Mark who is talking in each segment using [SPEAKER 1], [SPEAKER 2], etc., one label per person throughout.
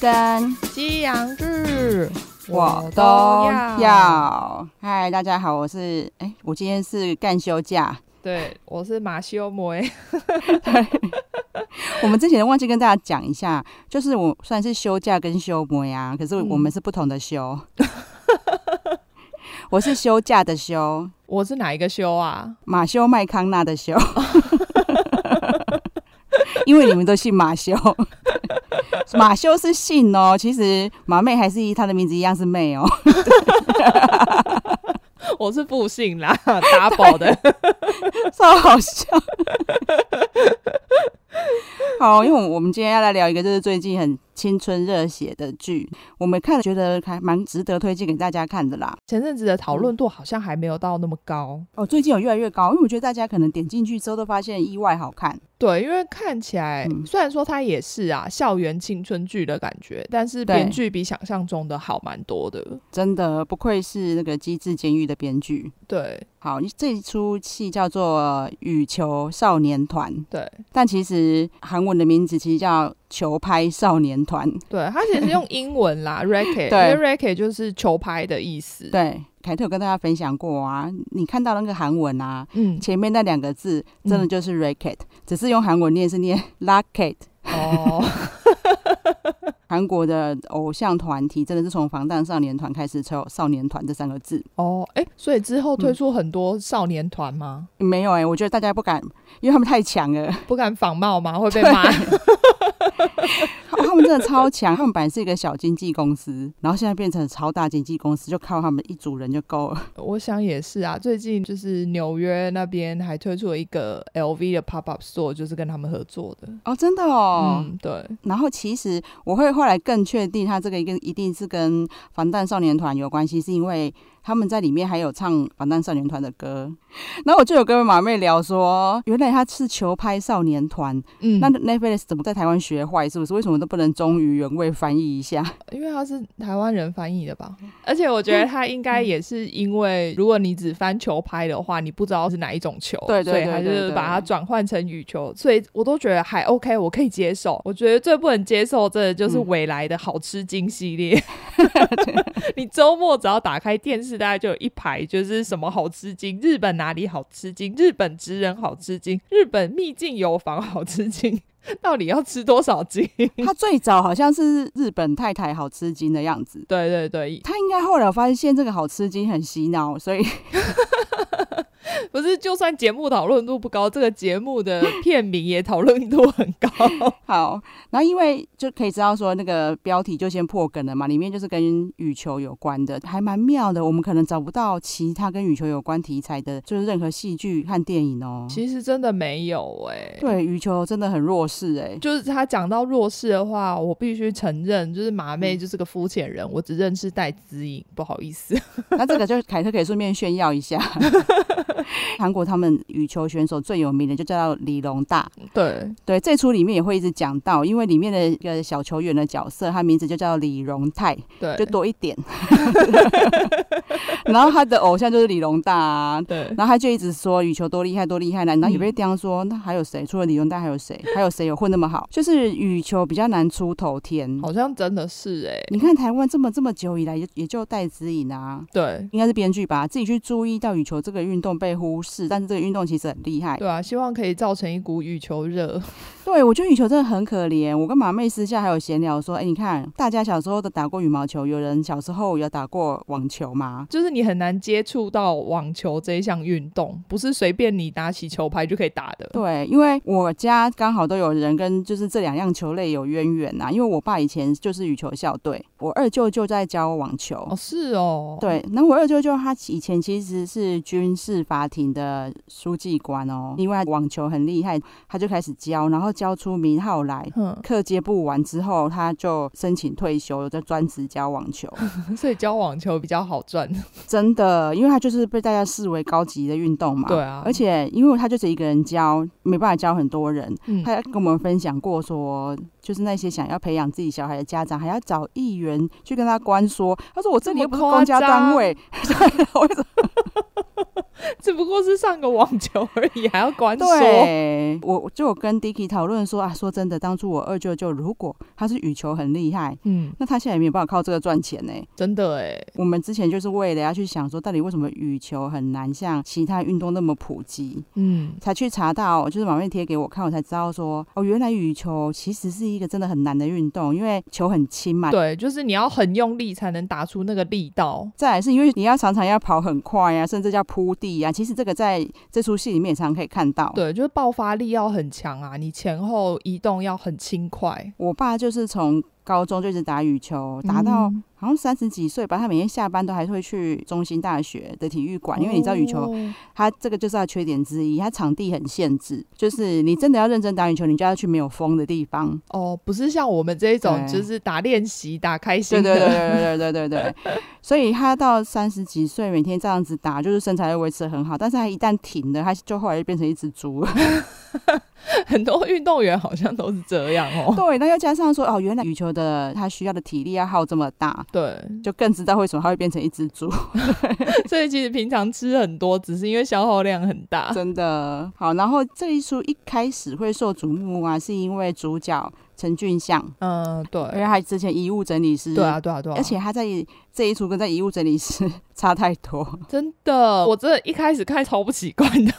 [SPEAKER 1] 跟
[SPEAKER 2] 西洋剧
[SPEAKER 1] 我都要。嗨，大家好，我是哎、我今天是干休假。
[SPEAKER 2] 对，我是马修摩耶。
[SPEAKER 1] 我们之前忘记跟大家讲一下，就是我虽然是休假跟休模呀，可是我
[SPEAKER 2] 嗯
[SPEAKER 1] 我们是不同的休。 我是休假的休，
[SPEAKER 2] 我是哪一个修啊？
[SPEAKER 1] 马修麦康纳的修， 因为你们都姓马修， 马修是姓哦，其实马妹还是以她的名字一样是妹哦，
[SPEAKER 2] 我是复姓啦 ，double 的。
[SPEAKER 1] 超好笑。好，因为我们今天要来聊一个，就是最近很青春热血的剧，我们看了觉得还蛮值得推荐给大家看的啦。
[SPEAKER 2] 前阵子的讨论度好像还没有到那么高。
[SPEAKER 1] 哦，最近有越来越高，因为我觉得大家可能点进去之后都发现意外好看。
[SPEAKER 2] 对，因为看起来、
[SPEAKER 1] 嗯
[SPEAKER 2] 虽然说它也是啊校园青春剧的感觉，但是
[SPEAKER 1] 对
[SPEAKER 2] 编剧比想象中的好蛮多的。
[SPEAKER 1] 真的不愧是那个《机智监狱》的编剧。
[SPEAKER 2] 对
[SPEAKER 1] 好，这一出戏叫做《羽球少年团》，
[SPEAKER 2] 对
[SPEAKER 1] 但其实韩文的名字其实叫《球拍少年团》。
[SPEAKER 2] 对，它其实用英 文啦，racket，
[SPEAKER 1] 对
[SPEAKER 2] 因为 racket 就是球拍的意思。，
[SPEAKER 1] 对，凯特有跟大家分享过啊，你看到那个韩文啊，
[SPEAKER 2] 嗯，
[SPEAKER 1] 前面那两个字真的
[SPEAKER 2] 嗯
[SPEAKER 1] 就是 racket，、只是用韩文念是念 racket。
[SPEAKER 2] 哦，
[SPEAKER 1] 韩国的偶像团体真的是从防弹少年团开始才有少年团这三个字。
[SPEAKER 2] 哦，哎、所以之后推
[SPEAKER 1] 嗯
[SPEAKER 2] 出很多少年团吗？
[SPEAKER 1] 没有哎、我觉得大家不敢，因为他们太强了，
[SPEAKER 2] 不敢仿冒吗？会被骂？
[SPEAKER 1] 他哦他们真的超强。他们本来是一个小经纪公司，然后现在变成超大经纪公司，就靠他们一组人就够了。
[SPEAKER 2] 我想也是啊。最近就是纽约那边还推出了一个 LV 的 Pop Up Store，就是跟他们合作的。
[SPEAKER 1] 哦，真的哦。
[SPEAKER 2] 嗯，对，
[SPEAKER 1] 然后其实我会后来更确定，他这个一个一定是跟防弹少年团有关系，是因为他们在里面还有唱防弹少年团的歌。然后我就有跟马妹聊说，原来他是球拍少年团，
[SPEAKER 2] 嗯，
[SPEAKER 1] 那 Netflix 怎么在台湾学坏？是不是？为什么都不能忠于原味翻译一下？
[SPEAKER 2] 因为他是台湾人翻译的吧？
[SPEAKER 1] 嗯
[SPEAKER 2] 而且我觉得他应该也是因为，如果你只翻球拍的话，你不知道是哪一种球，
[SPEAKER 1] 对对对
[SPEAKER 2] 所以他
[SPEAKER 1] 对
[SPEAKER 2] 就是
[SPEAKER 1] 对
[SPEAKER 2] 把它转换成羽球，所以我都觉得还 OK，我可以接受。我觉得最不能接受真的就是
[SPEAKER 1] 嗯
[SPEAKER 2] 未来的好吃惊 系列， 你周末只要打开电视，大概就有一排就是什么好吃惊，日本哪里好吃惊，日本职人好吃惊，日本秘境油房好吃惊，到底要吃多少惊？
[SPEAKER 1] 他最早好像是日本太太好吃惊的样子。
[SPEAKER 2] 对对对，
[SPEAKER 1] 他应该后来有发现这个好吃惊很洗脑，所以
[SPEAKER 2] 不是，就算节目讨论度不高，这个节目的片名也讨论度很高。
[SPEAKER 1] 好，然后因为就可以知道说那个标题就先破梗了嘛，里面就是跟羽球有关的，还蛮妙的。我们可能找不到其他跟羽球有关题材的，就是任何戏剧和电影哦。
[SPEAKER 2] 其实真的没有哎、
[SPEAKER 1] 对，羽球真的很弱势哎、
[SPEAKER 2] 就是他讲到弱势的话，我必须承认，就是马妹就是个肤浅人，我只认识戴资颖，不好意思。
[SPEAKER 1] 那这个就是凯特可以顺便炫耀一下，韩国他们羽球选手最有名的就叫李龙大，
[SPEAKER 2] 对，
[SPEAKER 1] 对，这出里面也会一直讲到，因为里面的一个小球员的角色，他名字就叫李荣泰，
[SPEAKER 2] 对，
[SPEAKER 1] 就多一点。 然后他的偶像就是李荣大、啊，
[SPEAKER 2] 对，
[SPEAKER 1] 然后他就一直说羽球多厉害多厉害啦，然后也被刁说、那还有谁？除了李荣大还有谁？还有谁有混那么好？就是羽球比较难出头天。
[SPEAKER 2] 好像真的是哎、
[SPEAKER 1] 你看台湾这么这么久以来，也也就戴资颖啊，
[SPEAKER 2] 对。
[SPEAKER 1] 应该是编剧吧，自己去注意到羽球这个运动被忽视，但是这个运动其实很厉害。
[SPEAKER 2] 对啊，希望可以造成一股羽球热。
[SPEAKER 1] 对，我觉得羽球真的很可怜。我跟马妹私下还有闲聊说，哎，你看大家小时候都打过羽毛球，有人小时候有打过网球吗？
[SPEAKER 2] 就是你很难接触到网球这一项运动，不是随便你拿起球拍就可以打的。
[SPEAKER 1] 对，因为我家刚好都有人跟就是这两样球类有渊源呐、因为我爸以前就是羽球校队，我二舅舅在教网球。
[SPEAKER 2] 哦，是哦，
[SPEAKER 1] 对，那我二舅舅他以前其实是军事法庭的书记官哦，因为他网球很厉害，他就开始教，然后教出名号来。
[SPEAKER 2] 嗯，
[SPEAKER 1] 课接不完之后，他就申请退休，就专职教网 球。
[SPEAKER 2] 所以教网球比较好赚。
[SPEAKER 1] 真的，因为它就是被大家视为高级的运动嘛。
[SPEAKER 2] 对。啊，
[SPEAKER 1] 而且，因为他就只一个人教，没办法教很多人。
[SPEAKER 2] 嗯
[SPEAKER 1] 他跟我们分享过说，就是那些想要培养自己小孩的家长，还要找议员去跟 他关说。他说：“我这里又不是公家单位，对，我一直
[SPEAKER 2] 这不过是上个网球而已，还要管说。
[SPEAKER 1] 对，我就有跟 Dicky 讨论说啊，说真的，当初我二舅舅如果他是羽球很厉害，
[SPEAKER 2] 嗯，
[SPEAKER 1] 那他现在也没有办法靠这个赚钱呢、
[SPEAKER 2] 真的哎，
[SPEAKER 1] 我们之前就是为了要去想说，到底为什么羽球很难像其他运动那么普及，
[SPEAKER 2] 嗯，
[SPEAKER 1] 才去查到，就是网妹贴给我看，我才知道说，哦，原来羽球其实是一个真的很难的运动，因为球很轻嘛。
[SPEAKER 2] 对，就是你要很用力才能打出那个力道。
[SPEAKER 1] 再来是因为你要常常要跑很快呀、甚至要扑地啊呀、其实这个在这出戏里面也常可以看到。
[SPEAKER 2] 对，就是爆发力要很强啊，你前后移动要很轻快，
[SPEAKER 1] 我爸就是从高中就一直打羽球，打到
[SPEAKER 2] 嗯
[SPEAKER 1] 好像三十几岁吧，他每天下班都还会去中心大学的体育馆，因为你知道羽球，
[SPEAKER 2] 哦
[SPEAKER 1] 它这个就是它的缺点之一，它场地很限制，就是你真的要认真打羽球，你就要去没有风的地方。
[SPEAKER 2] 哦，不是像我们这一种，
[SPEAKER 1] 对
[SPEAKER 2] 就是打练习、打开 心
[SPEAKER 1] 对对
[SPEAKER 2] 的。
[SPEAKER 1] 对对对对对对， 所以他到三十几岁每天这样子打，就是身材会维持得很好，但是他一旦停了，他就后来就变成一只猪了。
[SPEAKER 2] 很多运动员好像都是这样哦。
[SPEAKER 1] 对，那又加上说哦，原来羽球的他需要的体力要耗这么大，
[SPEAKER 2] 对，
[SPEAKER 1] 就更知道为什么他会变成一只猪。
[SPEAKER 2] 啊所以其实平常吃很多，只是因为消耗量很大。
[SPEAKER 1] 真的好。然后这一出一开始会受瞩目啊，是因为主角陈俊相，
[SPEAKER 2] 嗯，
[SPEAKER 1] 而
[SPEAKER 2] 对，
[SPEAKER 1] 且他之前遗物整理师，
[SPEAKER 2] 对啊，对啊，对啊。
[SPEAKER 1] 而且他在这一出跟在遗物整理师 差太多。
[SPEAKER 2] 真的，我真的一开始看超不习惯 的。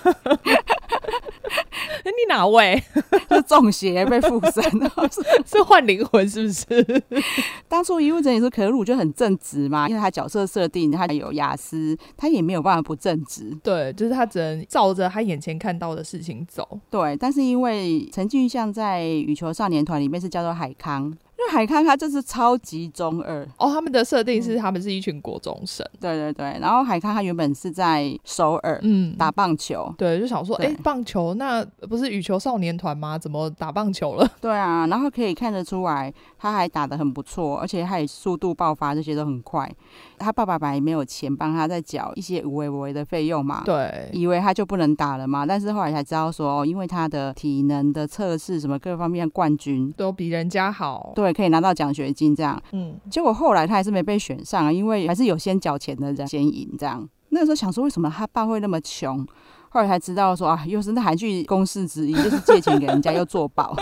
[SPEAKER 2] 你哪 位？
[SPEAKER 1] 就中邪被附身。然后是
[SPEAKER 2] 是换灵魂是不是？
[SPEAKER 1] 当初遗物整理师可鲁就很正直嘛，因为他角色设定他有雅思，他也没有办法不正直。
[SPEAKER 2] 对，就是他只能照着他眼前看到的事情走。
[SPEAKER 1] 对，但是因为陈俊相在羽球少年团里面是叫做海康。因为海康他就是超级中二，
[SPEAKER 2] 哦，他们的设定是他们是一群国中生，
[SPEAKER 1] 对对对。然后海康他原本是在首尔，
[SPEAKER 2] 嗯，
[SPEAKER 1] 打棒球，
[SPEAKER 2] 对，就想说，
[SPEAKER 1] 对
[SPEAKER 2] 哎、棒球那不是羽球少年团吗？怎么打棒球 了？
[SPEAKER 1] 对啊，然后可以看得出来，他还打得很不错，而且他也速度爆发，这些都很快。他爸爸本来没有钱帮他在缴一些无为无为的费用嘛，
[SPEAKER 2] 对，
[SPEAKER 1] 以为他就不能打了嘛，但是后来才知道说，哦，因为他的体能的测试什么各方面冠军。
[SPEAKER 2] 都比人家好。
[SPEAKER 1] 对，可以拿到奖学金这样，
[SPEAKER 2] 嗯，
[SPEAKER 1] 结果后来他还是没被选上啊，因为还是有先缴钱的人先赢这样。那时候想说，为什么他爸会那么穷？后来才知道说啊，又是那韩剧公式之一，就是借钱给人家又做保。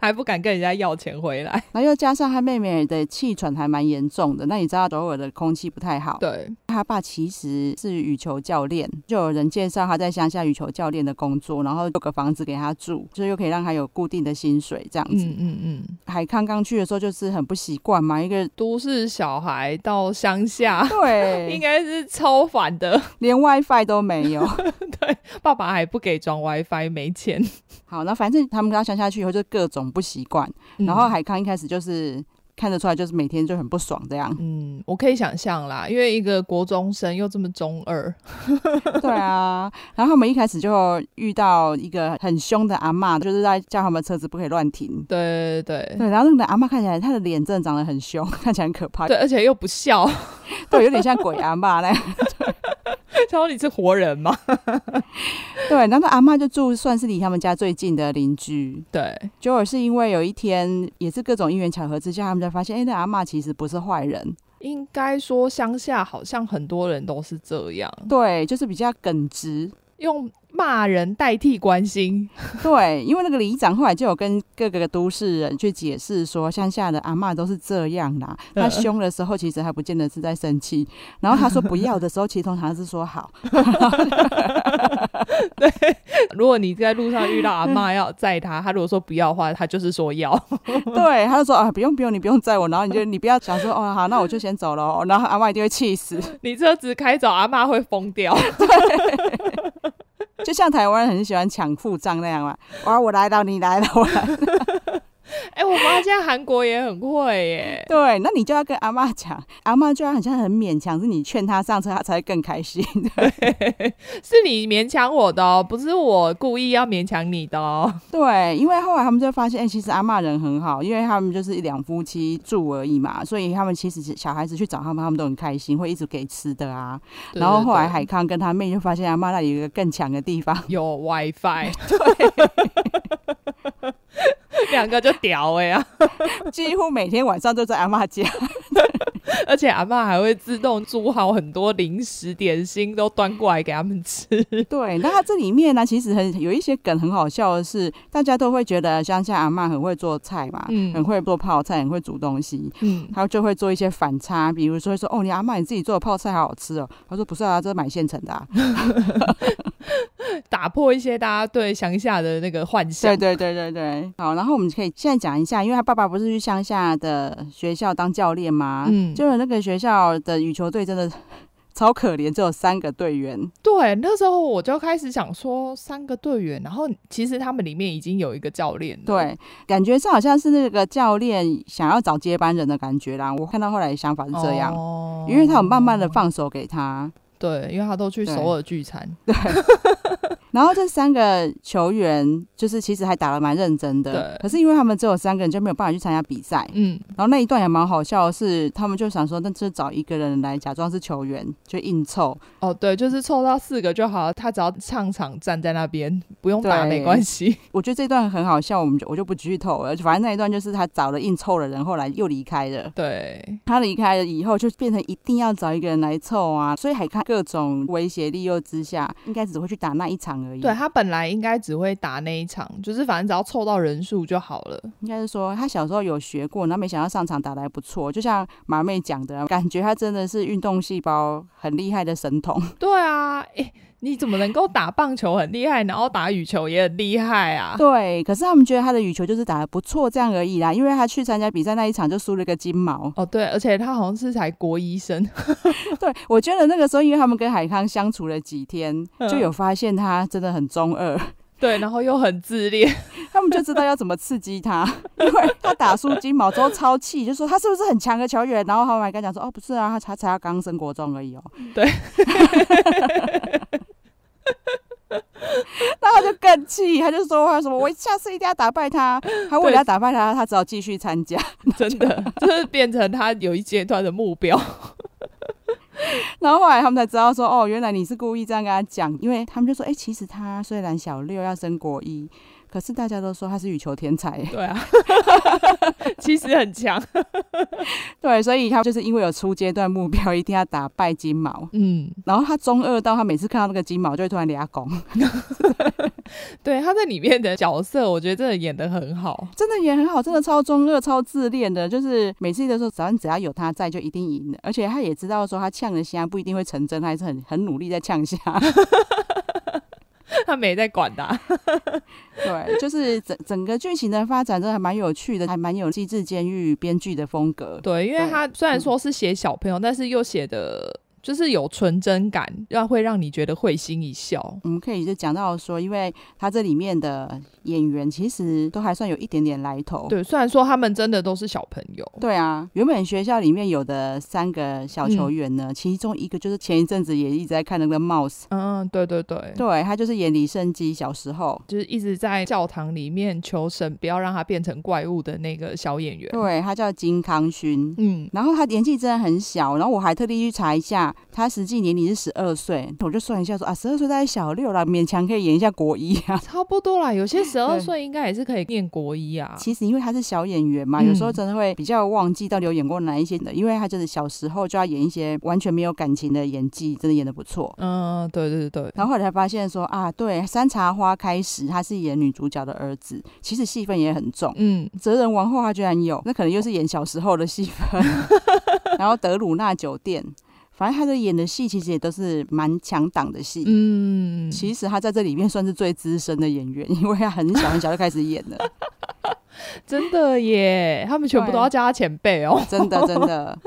[SPEAKER 2] 还不敢跟人家要钱回来。
[SPEAKER 1] 然后又加上他妹妹的气喘还蛮严重的，那你知道首尔的空气不太好。
[SPEAKER 2] 对，
[SPEAKER 1] 他爸其实是羽球教练，就有人介绍他在乡下羽球教练的工作，然后有个房子给他住，就又可以让他有固定的薪水这样子。
[SPEAKER 2] 嗯嗯嗯，
[SPEAKER 1] 海康刚去的时候就是很不习惯嘛，一个。
[SPEAKER 2] 都市小孩到乡下应
[SPEAKER 1] 对，
[SPEAKER 2] 该是超烦的，
[SPEAKER 1] 连 WiFi 都没有。
[SPEAKER 2] 爸爸还不给装 WiFi，没钱。
[SPEAKER 1] 好，那反正他们到乡下去以后就各种不习惯，然后
[SPEAKER 2] 嗯。
[SPEAKER 1] 海康一开始就是看得出来，就是每天就很不爽这样
[SPEAKER 2] 嗯，我可以想象啦，因为一个国中生又这么中二，
[SPEAKER 1] 对啊，然后他们一开始就遇到一个很凶的阿嬷，就是在叫他们车子不可以乱停。
[SPEAKER 2] 对对对
[SPEAKER 1] 对，然后那个阿嬷看起来，她的脸真的长得很凶，看起来很可怕，
[SPEAKER 2] 对，而且又不 笑，
[SPEAKER 1] 对，有点像鬼阿嬷那样。
[SPEAKER 2] 他说你是活人吗？
[SPEAKER 1] 对，然后那阿嬷就住算是离他们家最近的邻居。
[SPEAKER 2] 对，
[SPEAKER 1] 结果是因为有一天，也是各种因缘巧合之下，他们才发现，哎，那阿嬷其实不是坏人，
[SPEAKER 2] 应该说乡下好像很多人都是这样，
[SPEAKER 1] 对，就是比较耿直。
[SPEAKER 2] 用骂人代替关心。
[SPEAKER 1] 对，因为那个里长后来就有跟各个都市人去解释说，乡下的阿嬷都是这样啦。她
[SPEAKER 2] 嗯
[SPEAKER 1] 凶的时候，其实还不见得是在生气。然后她说不要的时候，其实通常是说好。
[SPEAKER 2] 如果你在路上遇到阿妈要载他，他如果说不要的话，他就是说要。
[SPEAKER 1] 对，她就说啊，不用不用，你不用载我。然后你就你不要想说哦好，那我就先走了哦。然后阿嬷一定会气死，
[SPEAKER 2] 你车子开走，阿妈会疯掉。
[SPEAKER 1] 就像台湾人很喜欢抢付账那样嘛。哇，我来了，你来了，我来了。
[SPEAKER 2] 哎、我发现韩国也很会耶。
[SPEAKER 1] 对，那你就要跟阿嬷讲，阿嬷就要很像很勉强，是你劝她上车，她才会更开心。
[SPEAKER 2] 是你勉强我的哦，不是我故意要勉强你的 哦。
[SPEAKER 1] 对，因为后来他们就发现，哎、其实阿嬷人很好，因为他们就是一两夫妻住而已嘛，所以他们其实小孩子去找他们，他们都很开心，会一直给吃的啊。然后后来海康跟他妹就发现阿嬷那里有一个更强的地方，
[SPEAKER 2] 有 WiFi，对，两个就屌哎、呀！
[SPEAKER 1] 几乎每天晚上都在阿嬷家。
[SPEAKER 2] 而且阿嬷还会自动煮好很多零食点心，都端过来给他们吃。
[SPEAKER 1] 对，那它这里面呢，其实很有一些梗很好笑的是，大家都会觉得乡下阿嬷很会做菜嘛，
[SPEAKER 2] 嗯
[SPEAKER 1] 很会做泡菜，很会煮东西，
[SPEAKER 2] 嗯，
[SPEAKER 1] 她就会做一些反差，比如说说哦，你阿嬷你自己做的泡菜好好吃哦，她说不是啊，这是买现成的、啊，
[SPEAKER 2] 打破一些大家对乡下的那个幻想
[SPEAKER 1] 对。对对对对，好，然后我们可以现在讲一下，因为他爸爸不是去乡下的学校当教练吗？
[SPEAKER 2] 嗯
[SPEAKER 1] 就是那个学校的羽球队真的 超可怜，只有三个队员。
[SPEAKER 2] 对，那时候我就开始想说三个队员，然后其实他们里面已经有一个教练了。
[SPEAKER 1] 对，感觉上好像是那个教练想要找接班人的感觉啦。我看到后来的想法是这样。
[SPEAKER 2] 哦
[SPEAKER 1] 因为他有慢慢的放手给他，
[SPEAKER 2] 对，因为他都去
[SPEAKER 1] 对
[SPEAKER 2] 首尔聚餐。
[SPEAKER 1] 然后这三个球员就是其实还打得蛮认真的，
[SPEAKER 2] 对
[SPEAKER 1] 可是因为他们只有三个人就没有办法去参加比赛，
[SPEAKER 2] 嗯，
[SPEAKER 1] 然后那一段也蛮好笑的是，他们就想说，那就找一个人来假装是球员，就硬凑。
[SPEAKER 2] 哦，对，就是凑到四个就好，他只要上场站在那边，不用打
[SPEAKER 1] 对
[SPEAKER 2] 没关系。
[SPEAKER 1] 我觉得这段很好笑，我们就我就不剧透了。反正那一段就是他找了硬凑的人，后来又离开了。
[SPEAKER 2] 对，
[SPEAKER 1] 他离开了以后，就变成一定要找一个人来凑啊，所以还看各种威胁利诱之下，应该只会去打那一场而已。
[SPEAKER 2] 对，他本来应该只会打那一场，就是反正只要凑到人数就好了。
[SPEAKER 1] 应该是说他小时候有学过，然后没想到上场打得还不错。就像马妹讲的，感觉他真的是运动细胞很厉害的神童。
[SPEAKER 2] 对啊，诶，你怎么能够打棒球很厉害，然后打羽球也很厉害啊？。
[SPEAKER 1] 对，可是他们觉得他的羽球就是打得不错这样而已啦，因为他去参加比赛那一场就输了个金毛
[SPEAKER 2] 哦，对，而且他好像是才国医生，
[SPEAKER 1] 对，我觉得那个时候，因为他们跟海康相处了几天，
[SPEAKER 2] 嗯
[SPEAKER 1] 就有发现他真的很中二，
[SPEAKER 2] 对，然后又很自恋，
[SPEAKER 1] 他们就知道要怎么刺激他， 因为他打输金毛之后超气，就说他是不是很强的球员？然后他们还跟他讲说，哦，不是啊，他才才刚升国中而已哦。
[SPEAKER 2] 对。
[SPEAKER 1] 然后他就更气，他就说他什么，我下次一定要打败他。他为了要打败他，他只好继续参加。
[SPEAKER 2] 真的，就是变成他有一阶段的目标。
[SPEAKER 1] 然后后来他们才知道说，哦，原来你是故意这样跟他讲，因为他们就说，哎、其实他虽然小六要升国一，可是大家都说他是羽球天才，
[SPEAKER 2] 对啊， 其实很强。
[SPEAKER 1] 对，所以他就是因为有初阶段目标，一定要打败金毛。
[SPEAKER 2] 嗯，
[SPEAKER 1] 然后他中二到他每次看到那个金毛就会突然俩拱，
[SPEAKER 2] 对，他在里面的角色，我觉得真的演得很好。
[SPEAKER 1] 真的也很好，真的超中二、超自恋的，就是每次都说，早上只要有他在就一定赢的，而且他也知道说他呛的虾不一定会成真，他还是很很努力在呛虾。
[SPEAKER 2] 他没在管啊他。
[SPEAKER 1] 对，就是整整个剧情的发展真的还蛮有趣的，还蛮有机智监狱编剧的风格。
[SPEAKER 2] 对，嗯因为
[SPEAKER 1] 对
[SPEAKER 2] 他虽然说是写小朋友，但是又写的就是有纯真感，让会让你觉得会心一笑。
[SPEAKER 1] 我们可以就讲到说，因为他这里面的演员其实都还算有一点点来头。
[SPEAKER 2] 对，虽然说他们真的都是小朋友，
[SPEAKER 1] 对啊，原本学校里面有的三个小球
[SPEAKER 2] 嗯
[SPEAKER 1] 员呢，其中一个就是前一阵子也一直在看那个 Mouse，
[SPEAKER 2] 嗯，对对对，
[SPEAKER 1] 对他就是演李胜基小时候。
[SPEAKER 2] 就是一直在教堂里面求神不要让他变成怪物的那个小演员。
[SPEAKER 1] 对他叫金康勋，
[SPEAKER 2] 嗯，
[SPEAKER 1] 然后他年纪真的很小，然后我还特地去查一下，他实际年龄是十二岁，我就算一下说啊，十二岁大概小六啦，勉强可以演一下国一啊。
[SPEAKER 2] 差不多啦，有些十二
[SPEAKER 1] 对
[SPEAKER 2] 岁应该也是可以念国一 啊。
[SPEAKER 1] 其实因为他是小演员嘛，
[SPEAKER 2] 嗯
[SPEAKER 1] 有时候真的会比较忘记到底有演过哪一些的，因为他就是小时候就要演一些完全没有感情的演技，真的演的不错。
[SPEAKER 2] 嗯，对对对对，
[SPEAKER 1] 然后后来才发现说啊，对，《山茶花》开始他是演女主角的儿子，其实戏份也很重。
[SPEAKER 2] 嗯，
[SPEAKER 1] 哲人王后他居然有，那可能又是演小时候的戏 份。然后德鲁纳酒店，反正他的演的戏其实也都是蛮强档的戏。
[SPEAKER 2] 嗯，
[SPEAKER 1] 其实他在这里面算是最资深的演员，因为他很小很小就开始演了，
[SPEAKER 2] 真的耶，他们全部都
[SPEAKER 1] 对
[SPEAKER 2] 要叫他前辈哦。
[SPEAKER 1] 真的真的。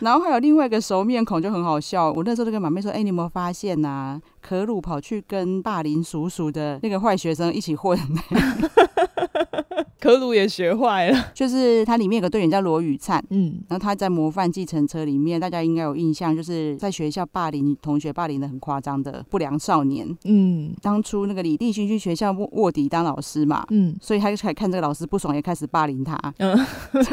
[SPEAKER 1] 然后还有另外一个熟面孔就很好笑，我那时候就跟马妹说：“哎、你有没有发现呐、可鲁跑去跟霸凌叔叔的那个坏学生一起混，
[SPEAKER 2] 可鲁也学坏了。
[SPEAKER 1] 就是他里面有个队员叫罗宇灿，
[SPEAKER 2] 嗯，
[SPEAKER 1] 然后他在模范计程车里面，大家应该有印象，就是在学校霸凌同学霸凌的很夸张的不良少年。
[SPEAKER 2] 嗯
[SPEAKER 1] 当初那个李立勋去学校卧卧底当老师嘛，
[SPEAKER 2] 嗯，
[SPEAKER 1] 所以他就开始看这个老师不爽，也开始霸凌他。
[SPEAKER 2] 嗯
[SPEAKER 1] 嗯，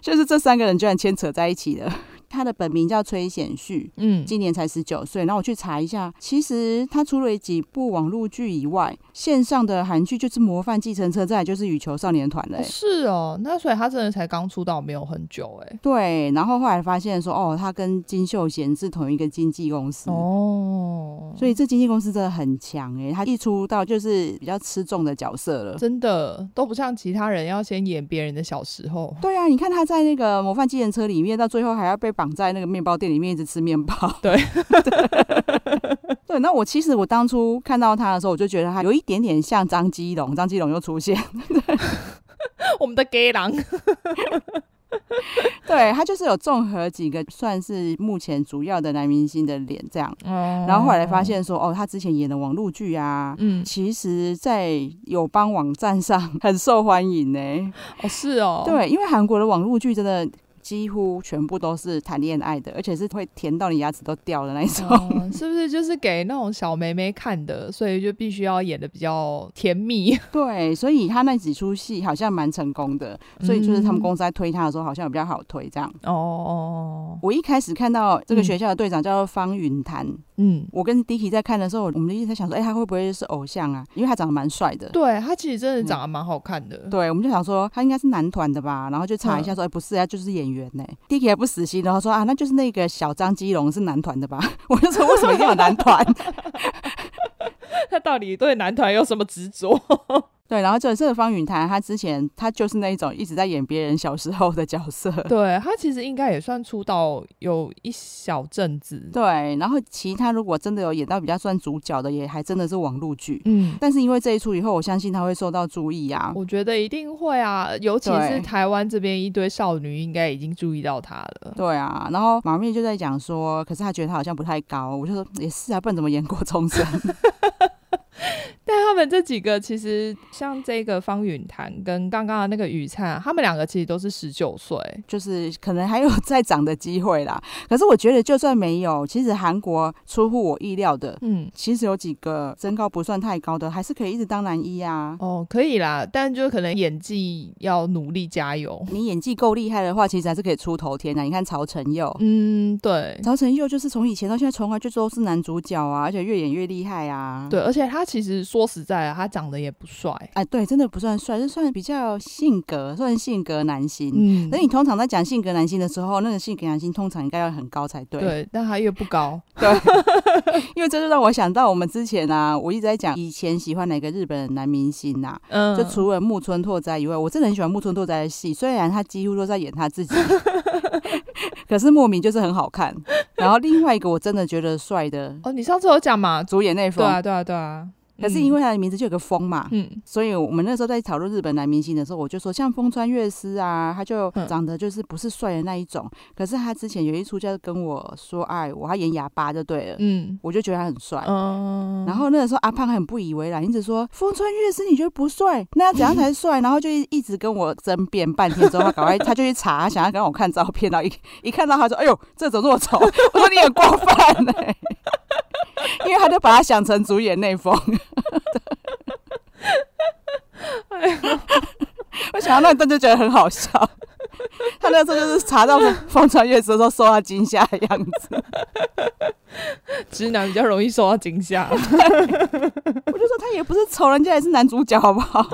[SPEAKER 1] 就是这三个人居然牵扯在一起了。他的本名叫崔显旭，
[SPEAKER 2] 嗯，
[SPEAKER 1] 今年才十九岁。然后我去查一下，其实他除了几部网络剧以外，线上的韩剧就是《模范计程车》，再来就是《羽球少年团》了、欸。
[SPEAKER 2] 是哦，那所以他真的才刚出道没有很久哎、
[SPEAKER 1] 对，然后后来发现说，哦，他跟金秀贤是同一个经纪公司。
[SPEAKER 2] 哦，
[SPEAKER 1] 所以这经纪公司真的很强诶、欸，他一出道就是比较吃重的角色了。
[SPEAKER 2] 真的都不像其他人要先演别人的小时候。
[SPEAKER 1] 对啊，你看他在那个模范机人车里面，到最后还要被绑在那个面包店里面一直吃面包。
[SPEAKER 2] 对
[SPEAKER 1] 对，那我其实我当初看到他的时候，我就觉得他有一点点像张基龙，张基龙又出现。
[SPEAKER 2] 我们的 gay 狼，
[SPEAKER 1] 对他就是有综合几个算是目前主要的男明星的脸这样，
[SPEAKER 2] 然
[SPEAKER 1] 然后后来发，现说，哦，他之前演的网络剧啊。
[SPEAKER 2] 嗯，
[SPEAKER 1] 其实，在友邦网站上 很受欢迎呢、
[SPEAKER 2] 哦是哦，，
[SPEAKER 1] 对，因为韩国的网络剧真的几乎全部都是谈恋爱的，而且是会甜到你牙齿都掉的那一种。
[SPEAKER 2] 哦、是不是就是给那种小妹妹看的，所以就必须要演的比较甜蜜？
[SPEAKER 1] 对，所以他那几出戏好像蛮成功的，所以就是他们
[SPEAKER 2] 嗯
[SPEAKER 1] 公司在推他的时候，好像有比较好推这样。
[SPEAKER 2] 哦，
[SPEAKER 1] 我一开始看到这个
[SPEAKER 2] 嗯
[SPEAKER 1] 学校的队长叫做方云潭，
[SPEAKER 2] 嗯，
[SPEAKER 1] 我跟 Dicky 在看的时候，我们一直在想说，哎、他会不会是偶像啊？因为他长得蛮帅的。
[SPEAKER 2] 对，她其实真的长得蛮好看 的。
[SPEAKER 1] 对，我们就想说他应该是男团的吧，然后就查一下
[SPEAKER 2] 嗯
[SPEAKER 1] 说，哎、不是，他就是演员呢、Dicky 还不死心，然后说啊，那就是那个小张基龙是男团的吧？ 我就说为什么一定要有男团？
[SPEAKER 2] 她到底对男团有什么执着？
[SPEAKER 1] 对，然后这这个方云潭，他之前他就是那一种一直在演别人小时候的角色。
[SPEAKER 2] 对她其实应该也算出道有一小阵子。
[SPEAKER 1] 对，然后其他如果真的有演到比较算主角的，也还真的是网络剧。
[SPEAKER 2] 嗯，
[SPEAKER 1] 但是因为这一出以后，我相信他会受到注意啊。
[SPEAKER 2] 我觉得一定会啊，尤其
[SPEAKER 1] 对
[SPEAKER 2] 是台湾这边一堆少女应该已经注意到她了。
[SPEAKER 1] 对啊，然后马面就在讲说，可是他觉得他好像不太高，我就说也是啊，不然怎么演过终身？
[SPEAKER 2] 但他们这几个其实像这个方允潭跟刚刚的那个雨灿，他们两个其实都是十九岁。
[SPEAKER 1] 就是可能还有再长的机会啦。可是我觉得就算没有，其实韩国出乎我意料的，
[SPEAKER 2] 嗯，
[SPEAKER 1] 其实有几个身高不算太高的，还是可以一直当男一啊。
[SPEAKER 2] 哦，可以啦，但就可能演技要努力加油。
[SPEAKER 1] 你演技够厉害的话，其实还是可以出头天啊的、你看曹承佑，
[SPEAKER 2] 嗯，对。
[SPEAKER 1] 曹承佑就是从以前到现在从来就都是男主角啊，而且越演越厉害啊。，
[SPEAKER 2] 对，而且他其实说实在的，他长得也不帅。
[SPEAKER 1] 哎，对，真的不算帅，就算比较性格，算性格男星。
[SPEAKER 2] 嗯
[SPEAKER 1] 那、你通常在讲性格男星的时候，那个性格男星通常应该要很高才对。
[SPEAKER 2] 对，但他越不 高。
[SPEAKER 1] 因为这就让我想到我们之前啊，我一直在讲以前喜欢哪个日本男明星啊呐、
[SPEAKER 2] 嗯，
[SPEAKER 1] 就除了木村拓哉以外，我真的很喜欢木村拓哉的戏，虽然他几乎都在演他自己， 可是莫名就是很好看。然后另外一个我真的觉得帅的
[SPEAKER 2] 哦，你上次有讲嘛？
[SPEAKER 1] 主演那
[SPEAKER 2] 对
[SPEAKER 1] 封，
[SPEAKER 2] 啊，对啊，对啊。
[SPEAKER 1] 可是
[SPEAKER 2] 嗯
[SPEAKER 1] 因为他的名字就有个风嘛。
[SPEAKER 2] 嗯
[SPEAKER 1] 所以我们那时候在讨论日本男明星的时候，我就说像风川月司啊，他就
[SPEAKER 2] 嗯
[SPEAKER 1] 长得就是不是帅的那一种，可是他之前有一出叫《跟我说爱我》，他演哑巴就对了，
[SPEAKER 2] 嗯
[SPEAKER 1] 我就觉得他很帅。
[SPEAKER 2] 嗯，
[SPEAKER 1] 然后那个时候阿胖很不以为然，一直说风川月司你觉得不帅，那要怎样才帅？然后就一直跟我争辩半天之后，他赶快他就去查，想要跟我看照片，然后一 一看到他说：“哎呦，这怎么这么丑？”我说：“你很过分呢、 因为他就把他想成主演内封。 我想到那一段就觉得很好笑， 他那时候就是查 到风川月司的时候受到惊吓的样子。
[SPEAKER 2] 直男比较容易受到惊 吓。
[SPEAKER 1] 我就说他也不是丑，人家也是男主角，好不好？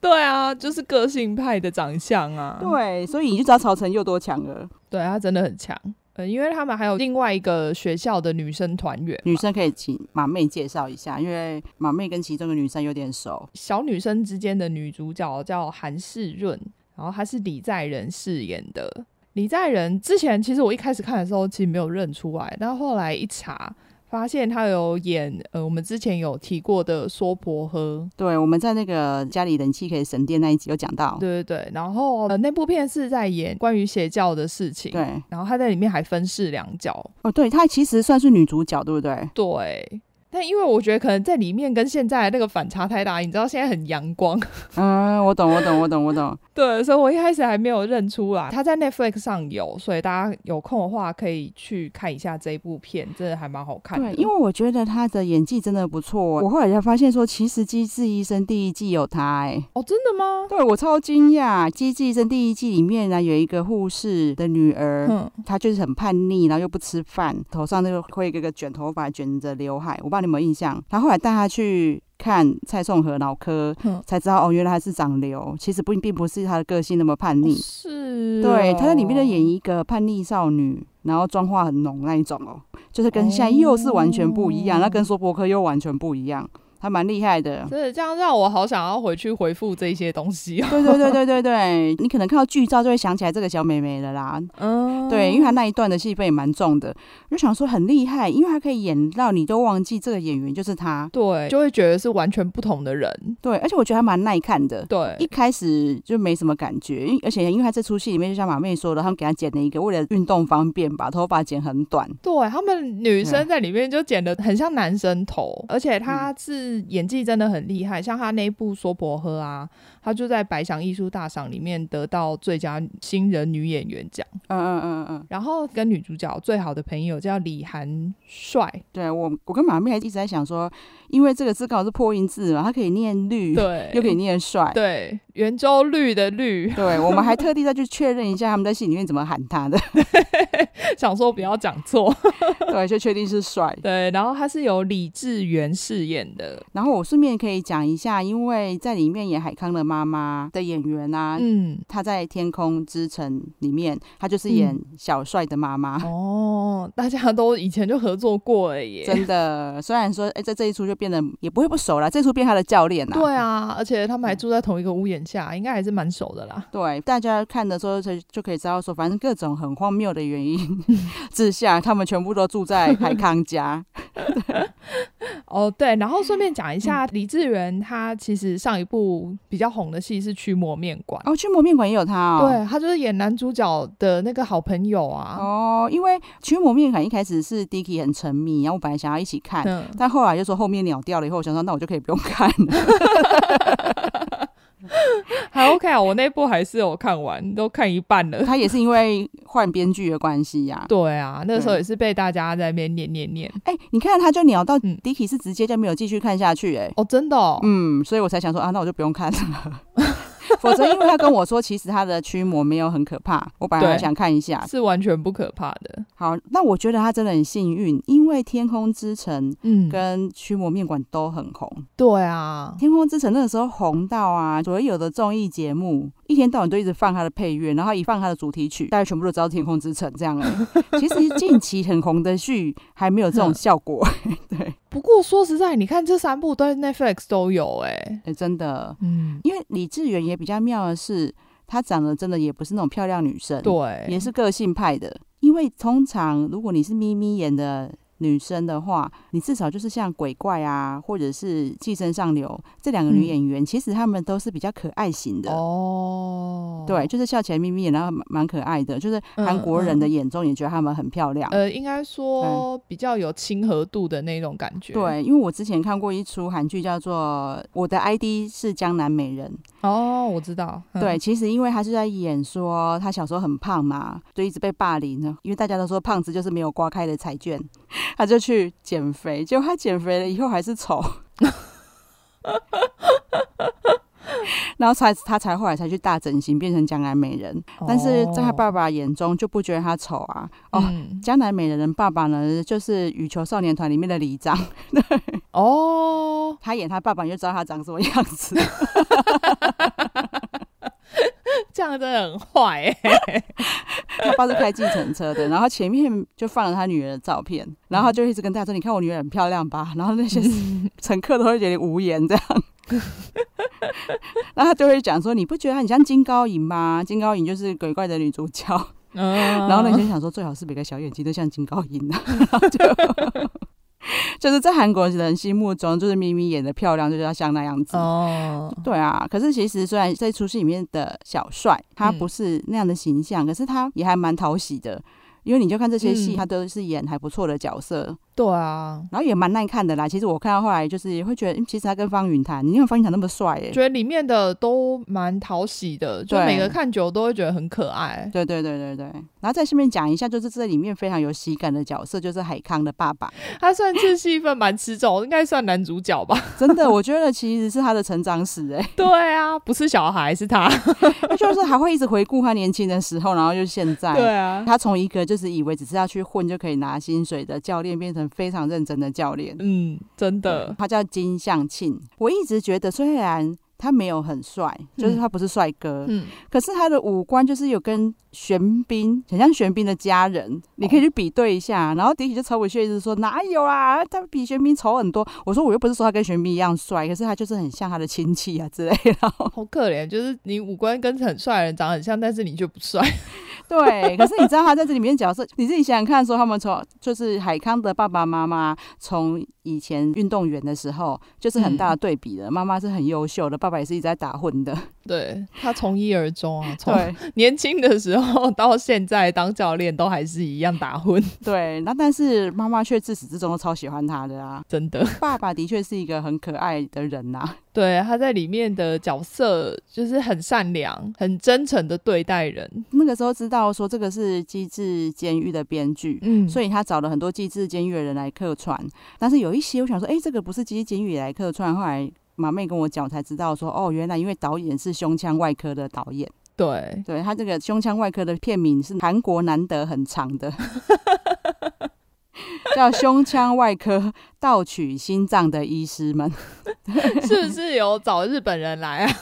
[SPEAKER 2] 对啊，就是个性派的长相啊。
[SPEAKER 1] 对，所以你就知道曹晨又多强了。
[SPEAKER 2] 对，他真的很强。呃，因为他们还有另外一个学校的女生团员嘛，
[SPEAKER 1] 女生可以请马妹介绍一下，因为马妹跟其中的女生有点熟。
[SPEAKER 2] 小女生之间的女主角叫韩世润，然后她是李在仁饰演的。李在仁之前其实我一开始看的时候其实没有认出来，但后来一查发现她有演呃我们之前有提过的《娑婆诃》，
[SPEAKER 1] 对，我们在那个家里人气可以省电那一集有讲到。
[SPEAKER 2] 对对对，然后呃那部片是在演关于邪教的事情，
[SPEAKER 1] 对，
[SPEAKER 2] 然后她在里面还分饰两角，
[SPEAKER 1] 哦，对，她其实算是女主角，对不对？
[SPEAKER 2] 对。但因为我觉得可能在里面跟现在那个反差太大，你知道现在很阳光，
[SPEAKER 1] 嗯，我懂，我懂，我懂，我懂。
[SPEAKER 2] 对，所以我一开始还没有认出来。它在 Netflix 上有，所以大家有空的话可以去看一下这一部片，真的还蛮好看的。
[SPEAKER 1] 对，因为我觉得他的演技真的不错。我后来才发现说，其实《机智医生》第一季有他、哎，
[SPEAKER 2] 哦，真的吗？
[SPEAKER 1] 对我超惊讶，《机智医生》第一季里面呢有一个护士的女儿，
[SPEAKER 2] 嗯，
[SPEAKER 1] 她就是很叛逆，然后又不吃饭，头上那个会一个卷头发，卷着刘海，我不知道你有没有印象。她后来带她去看蔡颂和脑科，
[SPEAKER 2] 嗯
[SPEAKER 1] 才知道哦，原来她是长瘤，其实不并不是她的个性那么叛逆。
[SPEAKER 2] 是哦、
[SPEAKER 1] 嗯对，她在里面的演一个叛逆少女，然后妆化很浓那一种哦，就是跟现在又是完全不一样，那
[SPEAKER 2] 哦
[SPEAKER 1] 跟说博客又完全不一样，还蛮厉害的。
[SPEAKER 2] 真的这样让我好想要回去回复这些东西哦。
[SPEAKER 1] 对对对对对对，你可能看到剧照就会想起来这个小美眉了啦。
[SPEAKER 2] 嗯，
[SPEAKER 1] 对，因为她那一段的戏份也蛮重的，我就想说很厉害，因为她可以演到你都忘记这个演员就是她。
[SPEAKER 2] 嗯对，就会觉得是完全不同的人。
[SPEAKER 1] 对，而且我觉得还蛮耐看的。
[SPEAKER 2] 对
[SPEAKER 1] 一，开始就没什么感觉，因而且因为她这出戏里面，就像马妹说的，他们给她剪了一个为了运动方便，把头发剪很短。
[SPEAKER 2] 对他们女生在里面就剪得很像男生头，而且她是演技真的很厉害，像她那一部《娑婆诃》啊，她就在百想艺术大赏里面得到最佳新人女演员奖，
[SPEAKER 1] 嗯嗯嗯嗯，
[SPEAKER 2] 然后跟女主角最好的朋友叫李韩帅，
[SPEAKER 1] 对我我跟马妹还一直在想说，因为这个字刚好是破音字嘛，它可以念绿，
[SPEAKER 2] 对，
[SPEAKER 1] 又可 以念帅。
[SPEAKER 2] 对圆周率的率，
[SPEAKER 1] 对，我们还特地再去确认一下他们在戏里面怎么喊 他的，
[SPEAKER 2] 想说不要讲错，
[SPEAKER 1] 对，就确定是帅。
[SPEAKER 2] 对，然后她是由李智媛饰演的，
[SPEAKER 1] 然后我顺便可以讲一下，因为在里面演海康的妈妈的演员啊，
[SPEAKER 2] 嗯，
[SPEAKER 1] 她在《天空之城》里面，她就是演小帅的妈妈。
[SPEAKER 2] 嗯哦，大家都以前就合作过了耶，
[SPEAKER 1] 真的，虽然说，哎、在这一出就变得也不会不熟啦，这一出变她的教练啦。
[SPEAKER 2] 对啊，而且他
[SPEAKER 1] 嗯
[SPEAKER 2] 们还住在同一个屋檐下，应该还是蛮熟的啦。
[SPEAKER 1] 对，大家看的时候就就可以知道说，反正各种很荒谬的原 因 之下，他们全部都住在海康家。嗯
[SPEAKER 2] 哦，对，然后顺便讲一下，李志源他其实上一部比较红的戏是《驱魔面馆》
[SPEAKER 1] 哦，去魔面馆也有他哦。。
[SPEAKER 2] 嗯对啊他就是演男主角的那个好朋友啊。
[SPEAKER 1] 哦，因为《驱魔面馆》一开始是 Dicky 很沉迷，然后我本来想要一起看，
[SPEAKER 2] 嗯，
[SPEAKER 1] 但后来就说后面鸟掉了以后，我想说那我就可以不用看 了。
[SPEAKER 2] 还 OK 啊，我那部还是有看完，都看一半了。
[SPEAKER 1] 他也是因为换编剧的关系呀、
[SPEAKER 2] 对啊，那时候也是被大家在那边念念念。
[SPEAKER 1] 哎、你看他就鸟到
[SPEAKER 2] 嗯
[SPEAKER 1] Dicky 是直接就没有继续看下去、哎、
[SPEAKER 2] 哦，真的哦，
[SPEAKER 1] 嗯，所以我才想说啊，那我就不用看了。 否则，因为他跟我说，其实他的驱魔没有很可怕，我本来还
[SPEAKER 2] 对
[SPEAKER 1] 想看一下。
[SPEAKER 2] 是完全不可怕的。
[SPEAKER 1] 好，那我觉得他真的很幸运，因为《天空之城》
[SPEAKER 2] 嗯，
[SPEAKER 1] 跟《驱魔面馆》都很红。
[SPEAKER 2] 对啊，
[SPEAKER 1] 天空之城》那个时候红到啊，所有的综艺节目一天到晚都一直放它的配乐，然后一放它的主题曲，大家全部都知道《天空之城》这样了。 其实近期很红的剧还没有这
[SPEAKER 2] 嗯
[SPEAKER 1] 种效果， 对，
[SPEAKER 2] 不过说实在，你看这三部对 Netflix 都有哎、
[SPEAKER 1] 哎，真的。
[SPEAKER 2] 嗯，
[SPEAKER 1] 因为李智媛也比较妙的是，她长得真的也不是那种漂亮女生，，
[SPEAKER 2] 对，
[SPEAKER 1] 也是个性派的。因为通常如果你是咪咪演的。女生的话，你至少就是像鬼怪啊，或者是寄生上流这两个女
[SPEAKER 2] 嗯
[SPEAKER 1] 演员，其实她们都是比较可爱型的
[SPEAKER 2] 哦，
[SPEAKER 1] 对，就是笑起来眯眯眼，然后蛮蛮可爱的，就是韩
[SPEAKER 2] 嗯
[SPEAKER 1] 国人
[SPEAKER 2] 嗯
[SPEAKER 1] 的眼中也觉得她们很漂亮。
[SPEAKER 2] 呃，应该说比较有亲和度的那种感觉。，
[SPEAKER 1] 对，因为我之前看过一出韩剧叫做《我的 ID 是江南美人》，
[SPEAKER 2] 哦，我知道。嗯
[SPEAKER 1] 对，，其实因为她是在演说她小时候很胖嘛，就一直被霸凌呢，因为大家都说胖子就是没有刮开的彩 券，她就去减肥，结果她减肥了以后还是丑。 然后才她才后来才去大整形，变成江南美人。但是在她
[SPEAKER 2] 哦
[SPEAKER 1] 爸爸眼中就不觉得她丑啊。哦，
[SPEAKER 2] 嗯
[SPEAKER 1] 江南美人的爸爸呢，就是羽球少年团里面的李长，
[SPEAKER 2] 哦，
[SPEAKER 1] 他演他爸爸你就知道他长什么样子。
[SPEAKER 2] 这样真的很坏哎、
[SPEAKER 1] 他爸是开计程车的，然后前面就放了他女儿的照片，然后他就一直跟大家说：“你看我女儿很漂亮吧？”然后那些
[SPEAKER 2] 嗯
[SPEAKER 1] 乘客都会觉得无言这样。 然后他就会讲说：“你不觉得她很像金高银吗？金高银就是鬼怪的女主角。”
[SPEAKER 2] 嗯，
[SPEAKER 1] 然后呢，就想说最好是每个小眼睛都像金高银啊， 然后就就是在韩国人心目中，就是咪咪演的漂亮，就是要像那样子。
[SPEAKER 2] 哦，
[SPEAKER 1] 对啊，可是其实虽然在出戏里面的小帅他
[SPEAKER 2] 嗯
[SPEAKER 1] 不是那样的形象，可是他也还蛮讨喜的，因为你就看这些戏，
[SPEAKER 2] 嗯
[SPEAKER 1] 他都是演还不错的角色，
[SPEAKER 2] 对啊，
[SPEAKER 1] 然后也蛮耐看的啦。其实我看到后来就是会觉得，嗯其实他跟方云谈，你看方云谈那么帅哎、
[SPEAKER 2] 觉得里面的都蛮讨喜的，就
[SPEAKER 1] 对
[SPEAKER 2] 每个看久都会觉得很可爱。
[SPEAKER 1] 对对对对对，然后在下面讲一下，就是这里面非常有喜感的角色，就是海康的爸爸。
[SPEAKER 2] 他算是戏份蛮吃重，应该算男主角吧？
[SPEAKER 1] 真的，我觉得其实是他的成长史哎、
[SPEAKER 2] 对啊，不是小孩，是他。
[SPEAKER 1] 他就是还会一直回顾他年轻的时候，然后就现在。
[SPEAKER 2] 对啊，
[SPEAKER 1] 他从一个就是以为只是要去混就可以拿薪水的教练，变成非常认真的教练。
[SPEAKER 2] 嗯，真的，
[SPEAKER 1] 他叫金相庆。我一直觉得，虽然他没有很帅，就是他不是帅哥，
[SPEAKER 2] 嗯，
[SPEAKER 1] 可是他的五官就是有跟玄彬很像玄彬的家人，你
[SPEAKER 2] 哦
[SPEAKER 1] 可以去比对一下。然后迪喜就超不屑，一直说哪有啊，他比玄彬丑很多。我说我又不是说他跟玄彬一样帅，可是他就是很像他的亲戚啊之类的。 然后
[SPEAKER 2] 好可怜，就是你五官跟很帅的人长得很像，但是你却不帅。
[SPEAKER 1] 对，可是你知道他在这里面角色，你自己想想看，说他们从就是海康的爸爸妈妈从以前运动员的时候，就是很大的对比的。妈妈是很优秀的，爸爸也是一直在打混的。
[SPEAKER 2] 对他从一而终啊，从
[SPEAKER 1] 对
[SPEAKER 2] 年轻的时候到现在当教练都还是一样打混，
[SPEAKER 1] 对，那但是妈妈却自始至终都超喜欢他的啊。
[SPEAKER 2] 真的。
[SPEAKER 1] 爸爸的确是一个很可爱的人呐、啊
[SPEAKER 2] 对，他在里面的角色就是很善良、很真诚的对待人。
[SPEAKER 1] 那个时候知道说这个是《机智监狱》的编剧。
[SPEAKER 2] 嗯
[SPEAKER 1] 所以他找了很多机智监狱的人来客串，但是有一些我想说，哎、这个不是机智监狱来客串。后来马妹跟我讲，我才知道说，哦，原来因为导演是胸腔外科的导演，
[SPEAKER 2] 对，
[SPEAKER 1] 对他这个胸腔外科的片名是韩国难得很长的， 叫《胸腔外科盗取心脏的医师们》。
[SPEAKER 2] 是不是有找日本人来啊？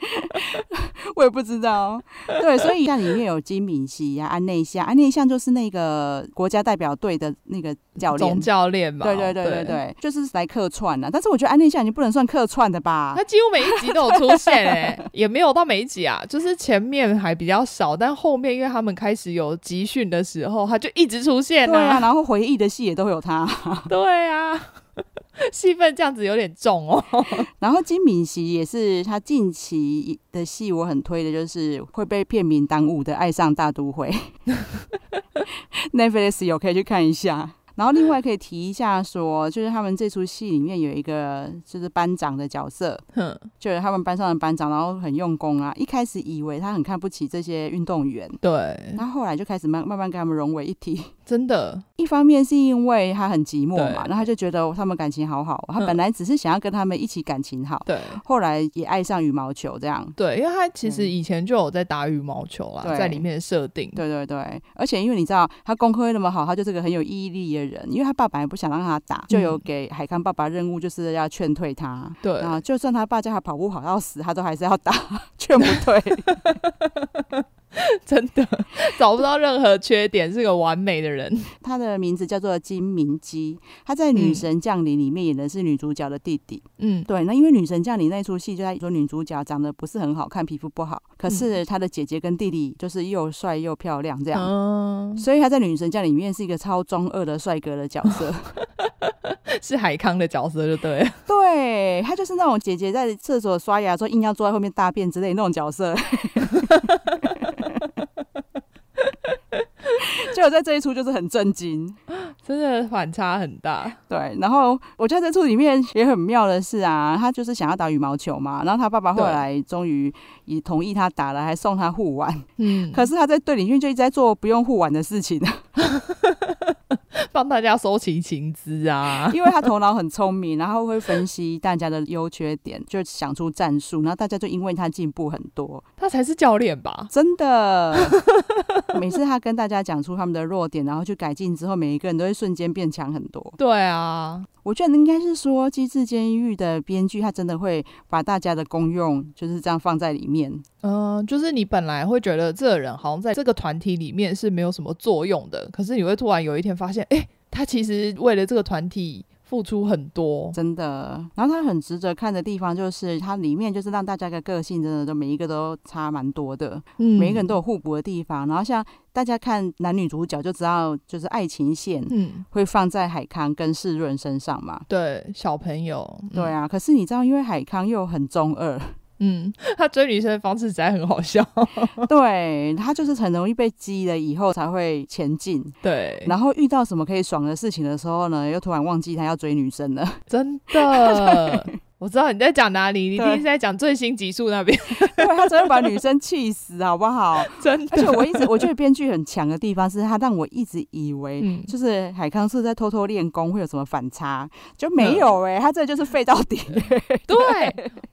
[SPEAKER 1] 我也不知道。对，所以像里面有金敏熙呀、安内向，安内向就是那个国家代表队的那个教练
[SPEAKER 2] 总。教练嘛。
[SPEAKER 1] 对对对对。对，就是来客串啊的、但是我觉得安内向已经不能算客串的吧
[SPEAKER 2] 他？几乎每一集都有出现哎、 也没有到每一集啊，就是前面还比较少，但后面因为他们开始有集训的时候，他就一直出现
[SPEAKER 1] 对啊，然后回忆的戏也都有他。
[SPEAKER 2] 对啊，戏份这样子有点重哦。
[SPEAKER 1] 然后金敏熙也是他近期的戏，我很推的就是会被片名耽误的《爱上大都 会》，Netflix 有可以去看一下。然后另外可以提一下说，就是他们这出戏里面有一个就是班长的角色，
[SPEAKER 2] 哼
[SPEAKER 1] 就是他们班上的班长，然后很用功啊。一开始以为他很看不起这些运动员，
[SPEAKER 2] 对，
[SPEAKER 1] 他后来就开始慢慢慢跟他们融为一体。
[SPEAKER 2] 真的，
[SPEAKER 1] 一方面是因为他很寂寞嘛，然
[SPEAKER 2] 对
[SPEAKER 1] 后他就觉得他们感情好好，他
[SPEAKER 2] 嗯
[SPEAKER 1] 本来只是想要跟他们一起感情好，
[SPEAKER 2] 对嗯
[SPEAKER 1] 后来也爱上羽毛球这样。
[SPEAKER 2] 对，因为他其实以前就有在打羽毛球啦，
[SPEAKER 1] 对
[SPEAKER 2] 在里面的设定，
[SPEAKER 1] 对对对，而且因为你知道他功课会那么好，他就是个很有毅力的人。因为他爸爸也不想让他打，就有给海康爸爸任务，就是要劝退他。
[SPEAKER 2] 对
[SPEAKER 1] 啊，就算他爸叫他跑步跑到死，他都还是要打， 劝不退。
[SPEAKER 2] 真的找不到任何缺点，是个完美的人。
[SPEAKER 1] 他的名字叫做金明基，他在《女神降临》里面演的是女主角的弟弟。
[SPEAKER 2] 嗯，
[SPEAKER 1] 对，那因为《女神降临》那一出戏就在说女主角长得不是很好看，皮肤不好，可是她的姐姐跟弟弟就是又帅又漂亮这样。
[SPEAKER 2] 嗯，
[SPEAKER 1] 所以他在《女神降临》里面是一个超中二的帅哥的角色，
[SPEAKER 2] 是海康的角色就对了，
[SPEAKER 1] 对他就是那种姐姐在厕所刷牙的时候硬要坐在后面大便之类的那种角色。 就在这一出就是很震惊，
[SPEAKER 2] 真的反差很大。
[SPEAKER 1] 对，然后我觉得这处里面也很妙的是啊，他就是想要打羽毛球嘛，然后他爸爸后
[SPEAKER 2] 对
[SPEAKER 1] 来终于也同意他打了，还送他护腕。
[SPEAKER 2] 嗯，
[SPEAKER 1] 可是他在队里面就一直在做不用护腕的事情，啊
[SPEAKER 2] 帮大家收集情资啊。
[SPEAKER 1] 因为他头脑很聪明，然后会分析大家的优缺点，就想出战术，然后大家就因为他进步很多，
[SPEAKER 2] 他才是教练吧？
[SPEAKER 1] 真的。每次他跟大家讲出他们的弱点，然后去改进之后，每一个人都会瞬间变强很多。
[SPEAKER 2] 对啊，
[SPEAKER 1] 我觉得应该是说《机智监狱》的编剧，他真的会把大家的功用就是这样放在里面。
[SPEAKER 2] 嗯，就是你本来会觉得这个人好像在这个团体里面是没有什么作用的，可是你会突然有一天发现，哎、他其实为了这个团体付出很多。
[SPEAKER 1] 真的。然后它很值得看的地方就是，它里面就是让大家的个性真的都每一个都差蛮多的，
[SPEAKER 2] 嗯
[SPEAKER 1] 每一个人都有互补的地方。然后像大家看男女主角就知道，就是爱情线
[SPEAKER 2] 嗯，
[SPEAKER 1] 会放在海康跟世润身上嘛。
[SPEAKER 2] 对，小朋友，
[SPEAKER 1] 对啊，可是你知道，因为海康又很中二，
[SPEAKER 2] 嗯，他追女生的方式实在很好笑。
[SPEAKER 1] 对他就是很容易被激了，以后才会前进。
[SPEAKER 2] 对，
[SPEAKER 1] 然后遇到什么可以爽的事情的时候呢，又突然忘记他要追女生了。
[SPEAKER 2] 真的，我知道你在讲哪里，你一定是在讲最新集数那边。
[SPEAKER 1] 对，他真的把女生气死，好不 好？
[SPEAKER 2] 真
[SPEAKER 1] 而且
[SPEAKER 2] 的，
[SPEAKER 1] 我一直我觉得编剧很强的地方是，他让我一直以为
[SPEAKER 2] 嗯，
[SPEAKER 1] 就是海康是在偷偷练功，会有什么反差？就没有
[SPEAKER 2] 嗯
[SPEAKER 1] 哎、他这就是废到 底。
[SPEAKER 2] 对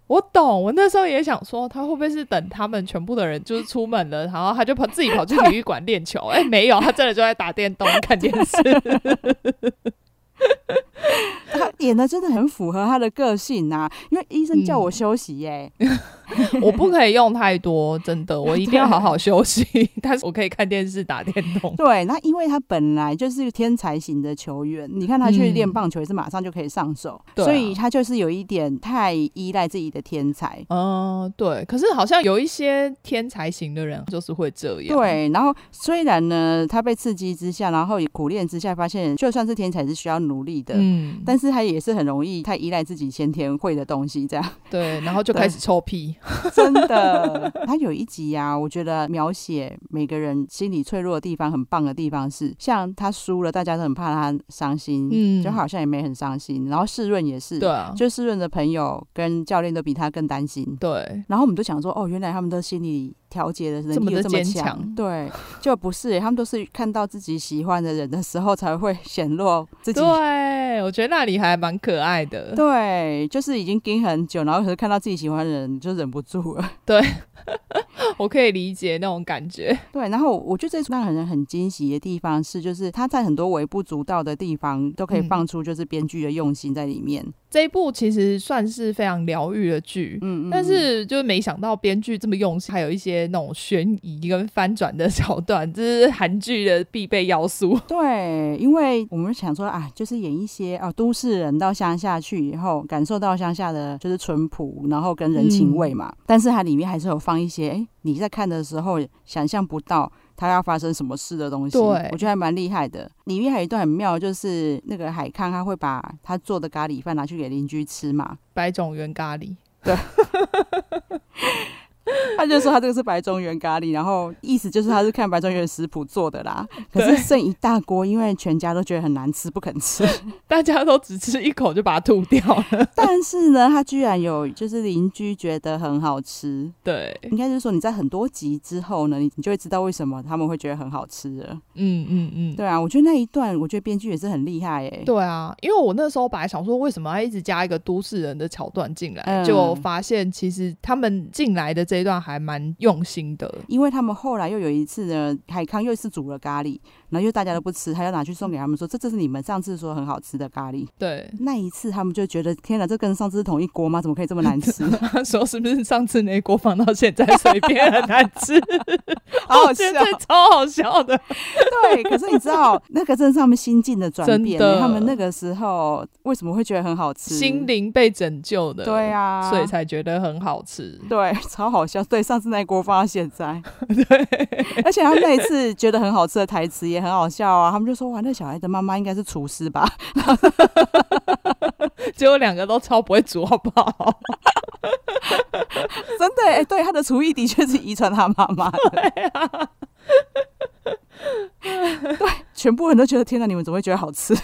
[SPEAKER 2] 我懂。我那时候也想说，他会不会是等他们全部的人就是出门了，然后他就跑自己跑去体育馆练球？ 哎、没有，他真的就在打电动、看电 视。
[SPEAKER 1] 他演的真的很符合他的个性呐、因为医生叫我休息欸耶、
[SPEAKER 2] 嗯我不可以用太多，真的，我一定要好好休息。但是我可以看电视、打电 动。
[SPEAKER 1] 对，那因为他本来就是天才型的球员，你看他去
[SPEAKER 2] 嗯
[SPEAKER 1] 练棒球也是马上就可以上手，
[SPEAKER 2] 对啊
[SPEAKER 1] 所以他就是有一点太依赖自己的天才。
[SPEAKER 2] 嗯，对。可是好像有一些天才型的人就是会这样。，
[SPEAKER 1] 对，然后虽然呢，他被刺激之下，然后也苦练之下，发现就算是天才是需要努力的，
[SPEAKER 2] 嗯，
[SPEAKER 1] 但是他也是很容易太依赖自己先天会的东西，这样
[SPEAKER 2] 对，然后就
[SPEAKER 1] 对
[SPEAKER 2] 开始臭屁。
[SPEAKER 1] 真的。他有一集呀、我觉得描写每个人心理脆弱的地方，很棒的地方是，像他输了，大家都很怕他伤心，
[SPEAKER 2] 嗯
[SPEAKER 1] 就好像也没很伤心。然后世润也是，
[SPEAKER 2] 对，啊，
[SPEAKER 1] 就世润的朋友跟教练都比他更担心。
[SPEAKER 2] 对，
[SPEAKER 1] 然后我们就想说，哦，原来他们的心理调节的能
[SPEAKER 2] 这么
[SPEAKER 1] 力有这
[SPEAKER 2] 的
[SPEAKER 1] 么
[SPEAKER 2] 坚强
[SPEAKER 1] 对，就不是耶他们都是看到自己喜欢的人的时候才会显露自己。
[SPEAKER 2] 对，啊我觉得那里还蛮可爱的。
[SPEAKER 1] 对，就是已经盯很久，然后可是看到自己喜欢的人就忍不住了。
[SPEAKER 2] 我可以理解那种感觉。
[SPEAKER 1] 对，然后我觉得这让人很惊喜的地方是，就是他在很多微不足道的地方都可以
[SPEAKER 2] 嗯
[SPEAKER 1] 放出就是编剧的用心在里面。
[SPEAKER 2] 这一部其实算是非常疗愈的剧。
[SPEAKER 1] 嗯，嗯
[SPEAKER 2] 但
[SPEAKER 1] 嗯
[SPEAKER 2] 是就是没想到编剧这么用心，还有一些那种悬疑跟翻转的 桥段，这是韩剧的必备 要素。
[SPEAKER 1] 对，因为我们想说啊，就是演一些哦，都市人到乡下去以后，感受到乡下的就是淳朴，然后跟人情
[SPEAKER 2] 嗯
[SPEAKER 1] 味嘛。但是它里面还是有放一些，哎，你在看的时候想象不到它要发生什么事的东西。
[SPEAKER 2] 对
[SPEAKER 1] 我觉得还蛮厉害的。里面还有一段很妙，就是那个海康他会把他做的咖喱饭拿去给邻居吃嘛，
[SPEAKER 2] 白种原咖喱，
[SPEAKER 1] 他就说他这个是白中原咖喱，然后意思就是他是看白中原食谱做的啦。可是
[SPEAKER 2] 对
[SPEAKER 1] 剩一大锅，因为全家都觉得很难吃，不肯吃。
[SPEAKER 2] 大家都只吃一口就把它吐掉了。
[SPEAKER 1] 但是呢，他居然有就是邻居觉得很好吃，
[SPEAKER 2] 对，
[SPEAKER 1] 应该是说你在很多集之后呢，你你就会知道为什么他们会觉得很好吃了。
[SPEAKER 2] 嗯嗯嗯，
[SPEAKER 1] 对啊，我觉得那一段，我觉得编剧也是很厉害哎、
[SPEAKER 2] 对啊，因为我那时候本来想说，为什么要一直加一个都市人的桥段进来，
[SPEAKER 1] 嗯
[SPEAKER 2] 就发现其实他们进来的这一段还蛮用心的。
[SPEAKER 1] 因为他们后来又有一次呢，海康又是煮了咖喱，然后又大家都不吃，他要拿去送给他们说，这这是你们上次说很好吃的咖喱。
[SPEAKER 2] 对，
[SPEAKER 1] 那一次他们就觉得，天哪，这跟上次是同一锅吗？怎么可以这么难 吃？
[SPEAKER 2] 他说是不是上次那一锅放到现在随便很难吃？
[SPEAKER 1] 好好
[SPEAKER 2] 我
[SPEAKER 1] 笑
[SPEAKER 2] 觉。得这超好笑 的。
[SPEAKER 1] 哦啊对，可是你知道，那个真的是他们心境的转
[SPEAKER 2] 真
[SPEAKER 1] 变、
[SPEAKER 2] 的
[SPEAKER 1] 他们那个时候为什么会觉得很好吃？
[SPEAKER 2] 心灵被拯救的，
[SPEAKER 1] 对、啊，
[SPEAKER 2] 所以才觉得很好吃。
[SPEAKER 1] 对，超好笑。对，上次那一锅放到现 在，对，而且他们那一次觉得很好吃的台词也很好笑啊。他们就说：“哇，那小孩的妈妈应该是厨师吧
[SPEAKER 2] 结果两个都超不会煮，好不 好？？”
[SPEAKER 1] 真的，哎、对，他的厨艺的确是遗传他妈妈的。对,、
[SPEAKER 2] 啊
[SPEAKER 1] 全部人都觉得天哪，你们怎么会觉得好吃？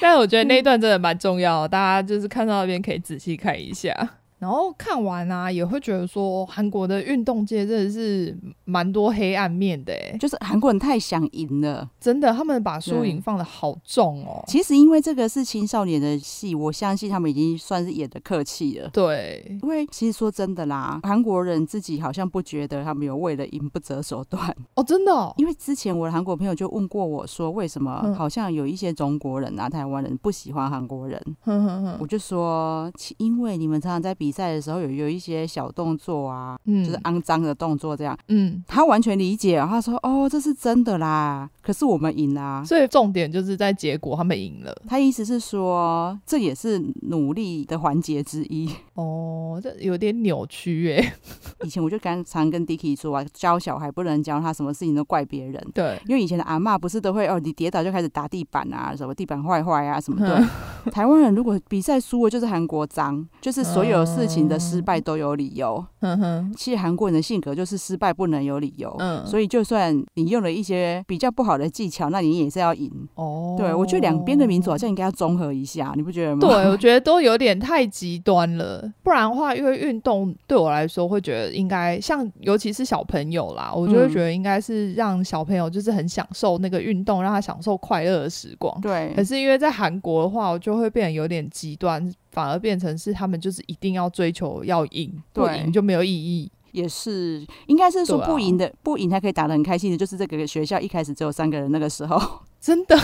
[SPEAKER 2] 但我觉得那一段真的蛮重要的，大家就是看到那边可以仔细看一下。然后看完啊，也会觉得说韩国的运动界真的是蛮多黑暗面的欸诶，
[SPEAKER 1] 就是韩国人太想赢了。
[SPEAKER 2] 真的，他们把输
[SPEAKER 1] 对
[SPEAKER 2] 赢放的好重哦。
[SPEAKER 1] 其实因为这个是青少年的戏，我相信他们已经算是演的客气了。
[SPEAKER 2] 对，
[SPEAKER 1] 因为其实说真的啦，韩国人自己好像不觉得他们有为了赢不择手段。
[SPEAKER 2] 哦，真的、哦，
[SPEAKER 1] 因为之前我的韩国朋友就问过我说，为什么
[SPEAKER 2] 嗯
[SPEAKER 1] 好像有一些中国人啊、台湾人不喜欢韩国人？
[SPEAKER 2] 哼哼哼
[SPEAKER 1] 我就说，其因为你们常常在比赛的时候有有一些小动作啊，
[SPEAKER 2] 嗯，
[SPEAKER 1] 就是肮脏的动作这样。
[SPEAKER 2] 嗯，
[SPEAKER 1] 他完全理解、他说：“哦，这是真的啦，可是我们赢啦。
[SPEAKER 2] 所以重点就是在结果，他们赢了。”
[SPEAKER 1] 他意思是说，这也是努力的环节之一。
[SPEAKER 2] 哦，这有点扭曲欸耶。
[SPEAKER 1] 以前我就刚常跟 Dicky 说啊，教小孩不能教他什么事情都怪别人，
[SPEAKER 2] 对，
[SPEAKER 1] 因为以前的阿嬷不是都会哦，你跌倒就开始打地板啊，什么地板坏坏啊什么的。
[SPEAKER 2] 嗯
[SPEAKER 1] 台湾人如果比赛输了就是韩国脏，就是所有事情的失
[SPEAKER 2] 嗯
[SPEAKER 1] 败都有理由。
[SPEAKER 2] 哼嗯哼，
[SPEAKER 1] 其实韩国人的性格就是失败不能有理由，
[SPEAKER 2] 嗯
[SPEAKER 1] 所以就算你用了一些比较不好的技巧，那你也是要赢。
[SPEAKER 2] 哦，
[SPEAKER 1] 对我觉得两边的民族好像应该要综合一下，你不觉得吗？
[SPEAKER 2] 对，我觉得都有点太极端了，不然的话，因为运动对我来说，会觉得应该像，尤其是小朋友啦，我就会
[SPEAKER 1] 嗯
[SPEAKER 2] 觉得应该是让小朋友就是很享受那个运动，让他享受快乐的时光。
[SPEAKER 1] 对
[SPEAKER 2] 可是因为在韩国的话，我就会变得有点极端，反而变成是他们就是一定要追求要赢，不
[SPEAKER 1] 对
[SPEAKER 2] 赢就没有意义。
[SPEAKER 1] 也是，应该是说
[SPEAKER 2] 对啊
[SPEAKER 1] 不赢的，不赢才可以打得很开心的，就是这个学校一开始只有三个人那个时候。
[SPEAKER 2] 真的，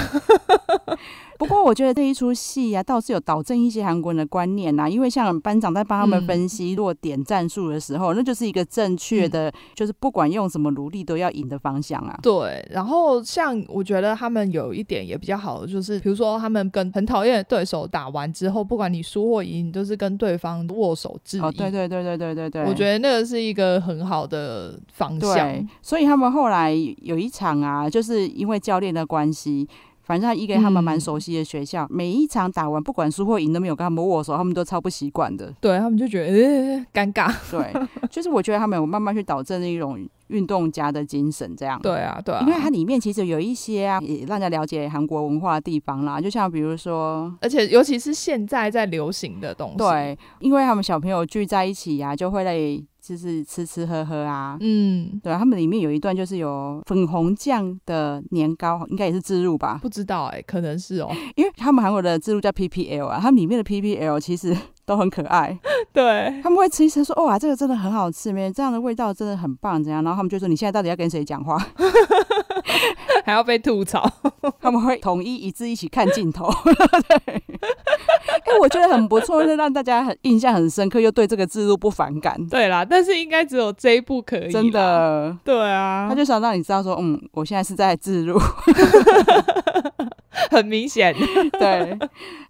[SPEAKER 1] 不过我觉得这一出戏啊，倒是有导正一些韩国人的观念啊呐、因为像班长在帮他们
[SPEAKER 2] 嗯
[SPEAKER 1] 分析落点战术的时候，那就是一个正确的，就是不管用什么努力都要赢的方向啊。
[SPEAKER 2] 对，然后像我觉得他们有一点也比较好，的就是比如说他们跟很讨厌的对手打完之后，不管你输或赢，你都是跟对方握手致意。
[SPEAKER 1] 哦，对对对对对对对，
[SPEAKER 2] 我觉得那个是一个很好的方
[SPEAKER 1] 对
[SPEAKER 2] 向。，
[SPEAKER 1] 所以他们后来有一场啊，就是因为教练的关系。反正他一个他们蛮
[SPEAKER 2] 嗯
[SPEAKER 1] 熟悉的学校，每一场打完，不管输或赢都没有跟他们握手，他们都超不习惯的。
[SPEAKER 2] 对他们就觉得呃 尴尬，
[SPEAKER 1] 对，就是我觉得他们有慢慢去导正一种运动家的精神，这样。
[SPEAKER 2] 对啊，对啊
[SPEAKER 1] 因，为它里面其实有一些啊，也让人家了解韩国文化的地方啦，就像比如说。
[SPEAKER 2] 而且尤其是现在在流行的东西，，
[SPEAKER 1] 对，因为他们小朋友聚在一起呀、就会来就是吃吃喝喝啊。
[SPEAKER 2] 嗯，
[SPEAKER 1] 对啊，他们里面有一段就是有粉红酱的年糕，应该也是自入吧？
[SPEAKER 2] 不知道哎、可能 是哦，
[SPEAKER 1] 因为他们韩国的自入叫 PPL 啊，他们里面的 PPL 其实 都很可爱。
[SPEAKER 2] 对，
[SPEAKER 1] 他们会吃一吃说：“哇，这个真的很好吃，没这样的味道真的很棒，怎样？”然后他们就说：“你现在到底要跟谁讲话
[SPEAKER 2] 还要被吐槽，？”
[SPEAKER 1] 他们会统一一致一起看镜头。对， 哎、我觉得很不错，就让大家很印象很深刻，又对这个制度不反感，
[SPEAKER 2] 对啦，但是应该只有这一部可以，
[SPEAKER 1] 真，的。
[SPEAKER 2] 对啊，
[SPEAKER 1] 他就想让你知道说，嗯，我现在是在自 入。
[SPEAKER 2] 很明显，
[SPEAKER 1] 对，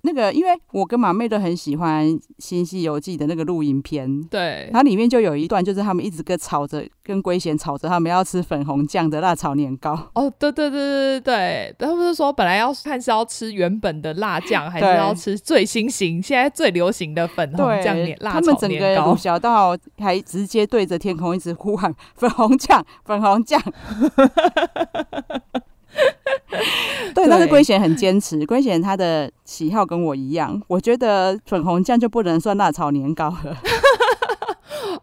[SPEAKER 1] 那个因为我跟马妹都很喜欢《新西游记》的那个录影片，
[SPEAKER 2] 对，
[SPEAKER 1] 它里面就有一段，就是他们一直跟吵着，跟龟贤吵着，他们要吃粉红酱的辣炒年糕。
[SPEAKER 2] 哦，对对对对对对，他们是说本来要看是要吃原本的辣酱，还是
[SPEAKER 1] 对
[SPEAKER 2] 要吃最新型现在最流行的粉红酱
[SPEAKER 1] 对
[SPEAKER 2] 年，辣
[SPEAKER 1] 他们
[SPEAKER 2] 炒
[SPEAKER 1] 整
[SPEAKER 2] 年
[SPEAKER 1] 个
[SPEAKER 2] 糕
[SPEAKER 1] 鲁。小道还直接对着天空一直呼喊“粉红酱，粉红 酱”。对，但是
[SPEAKER 2] 对
[SPEAKER 1] 龟贤很坚持，龟贤他的喜好跟我一样，我觉得粉红酱就不能算辣炒年糕了。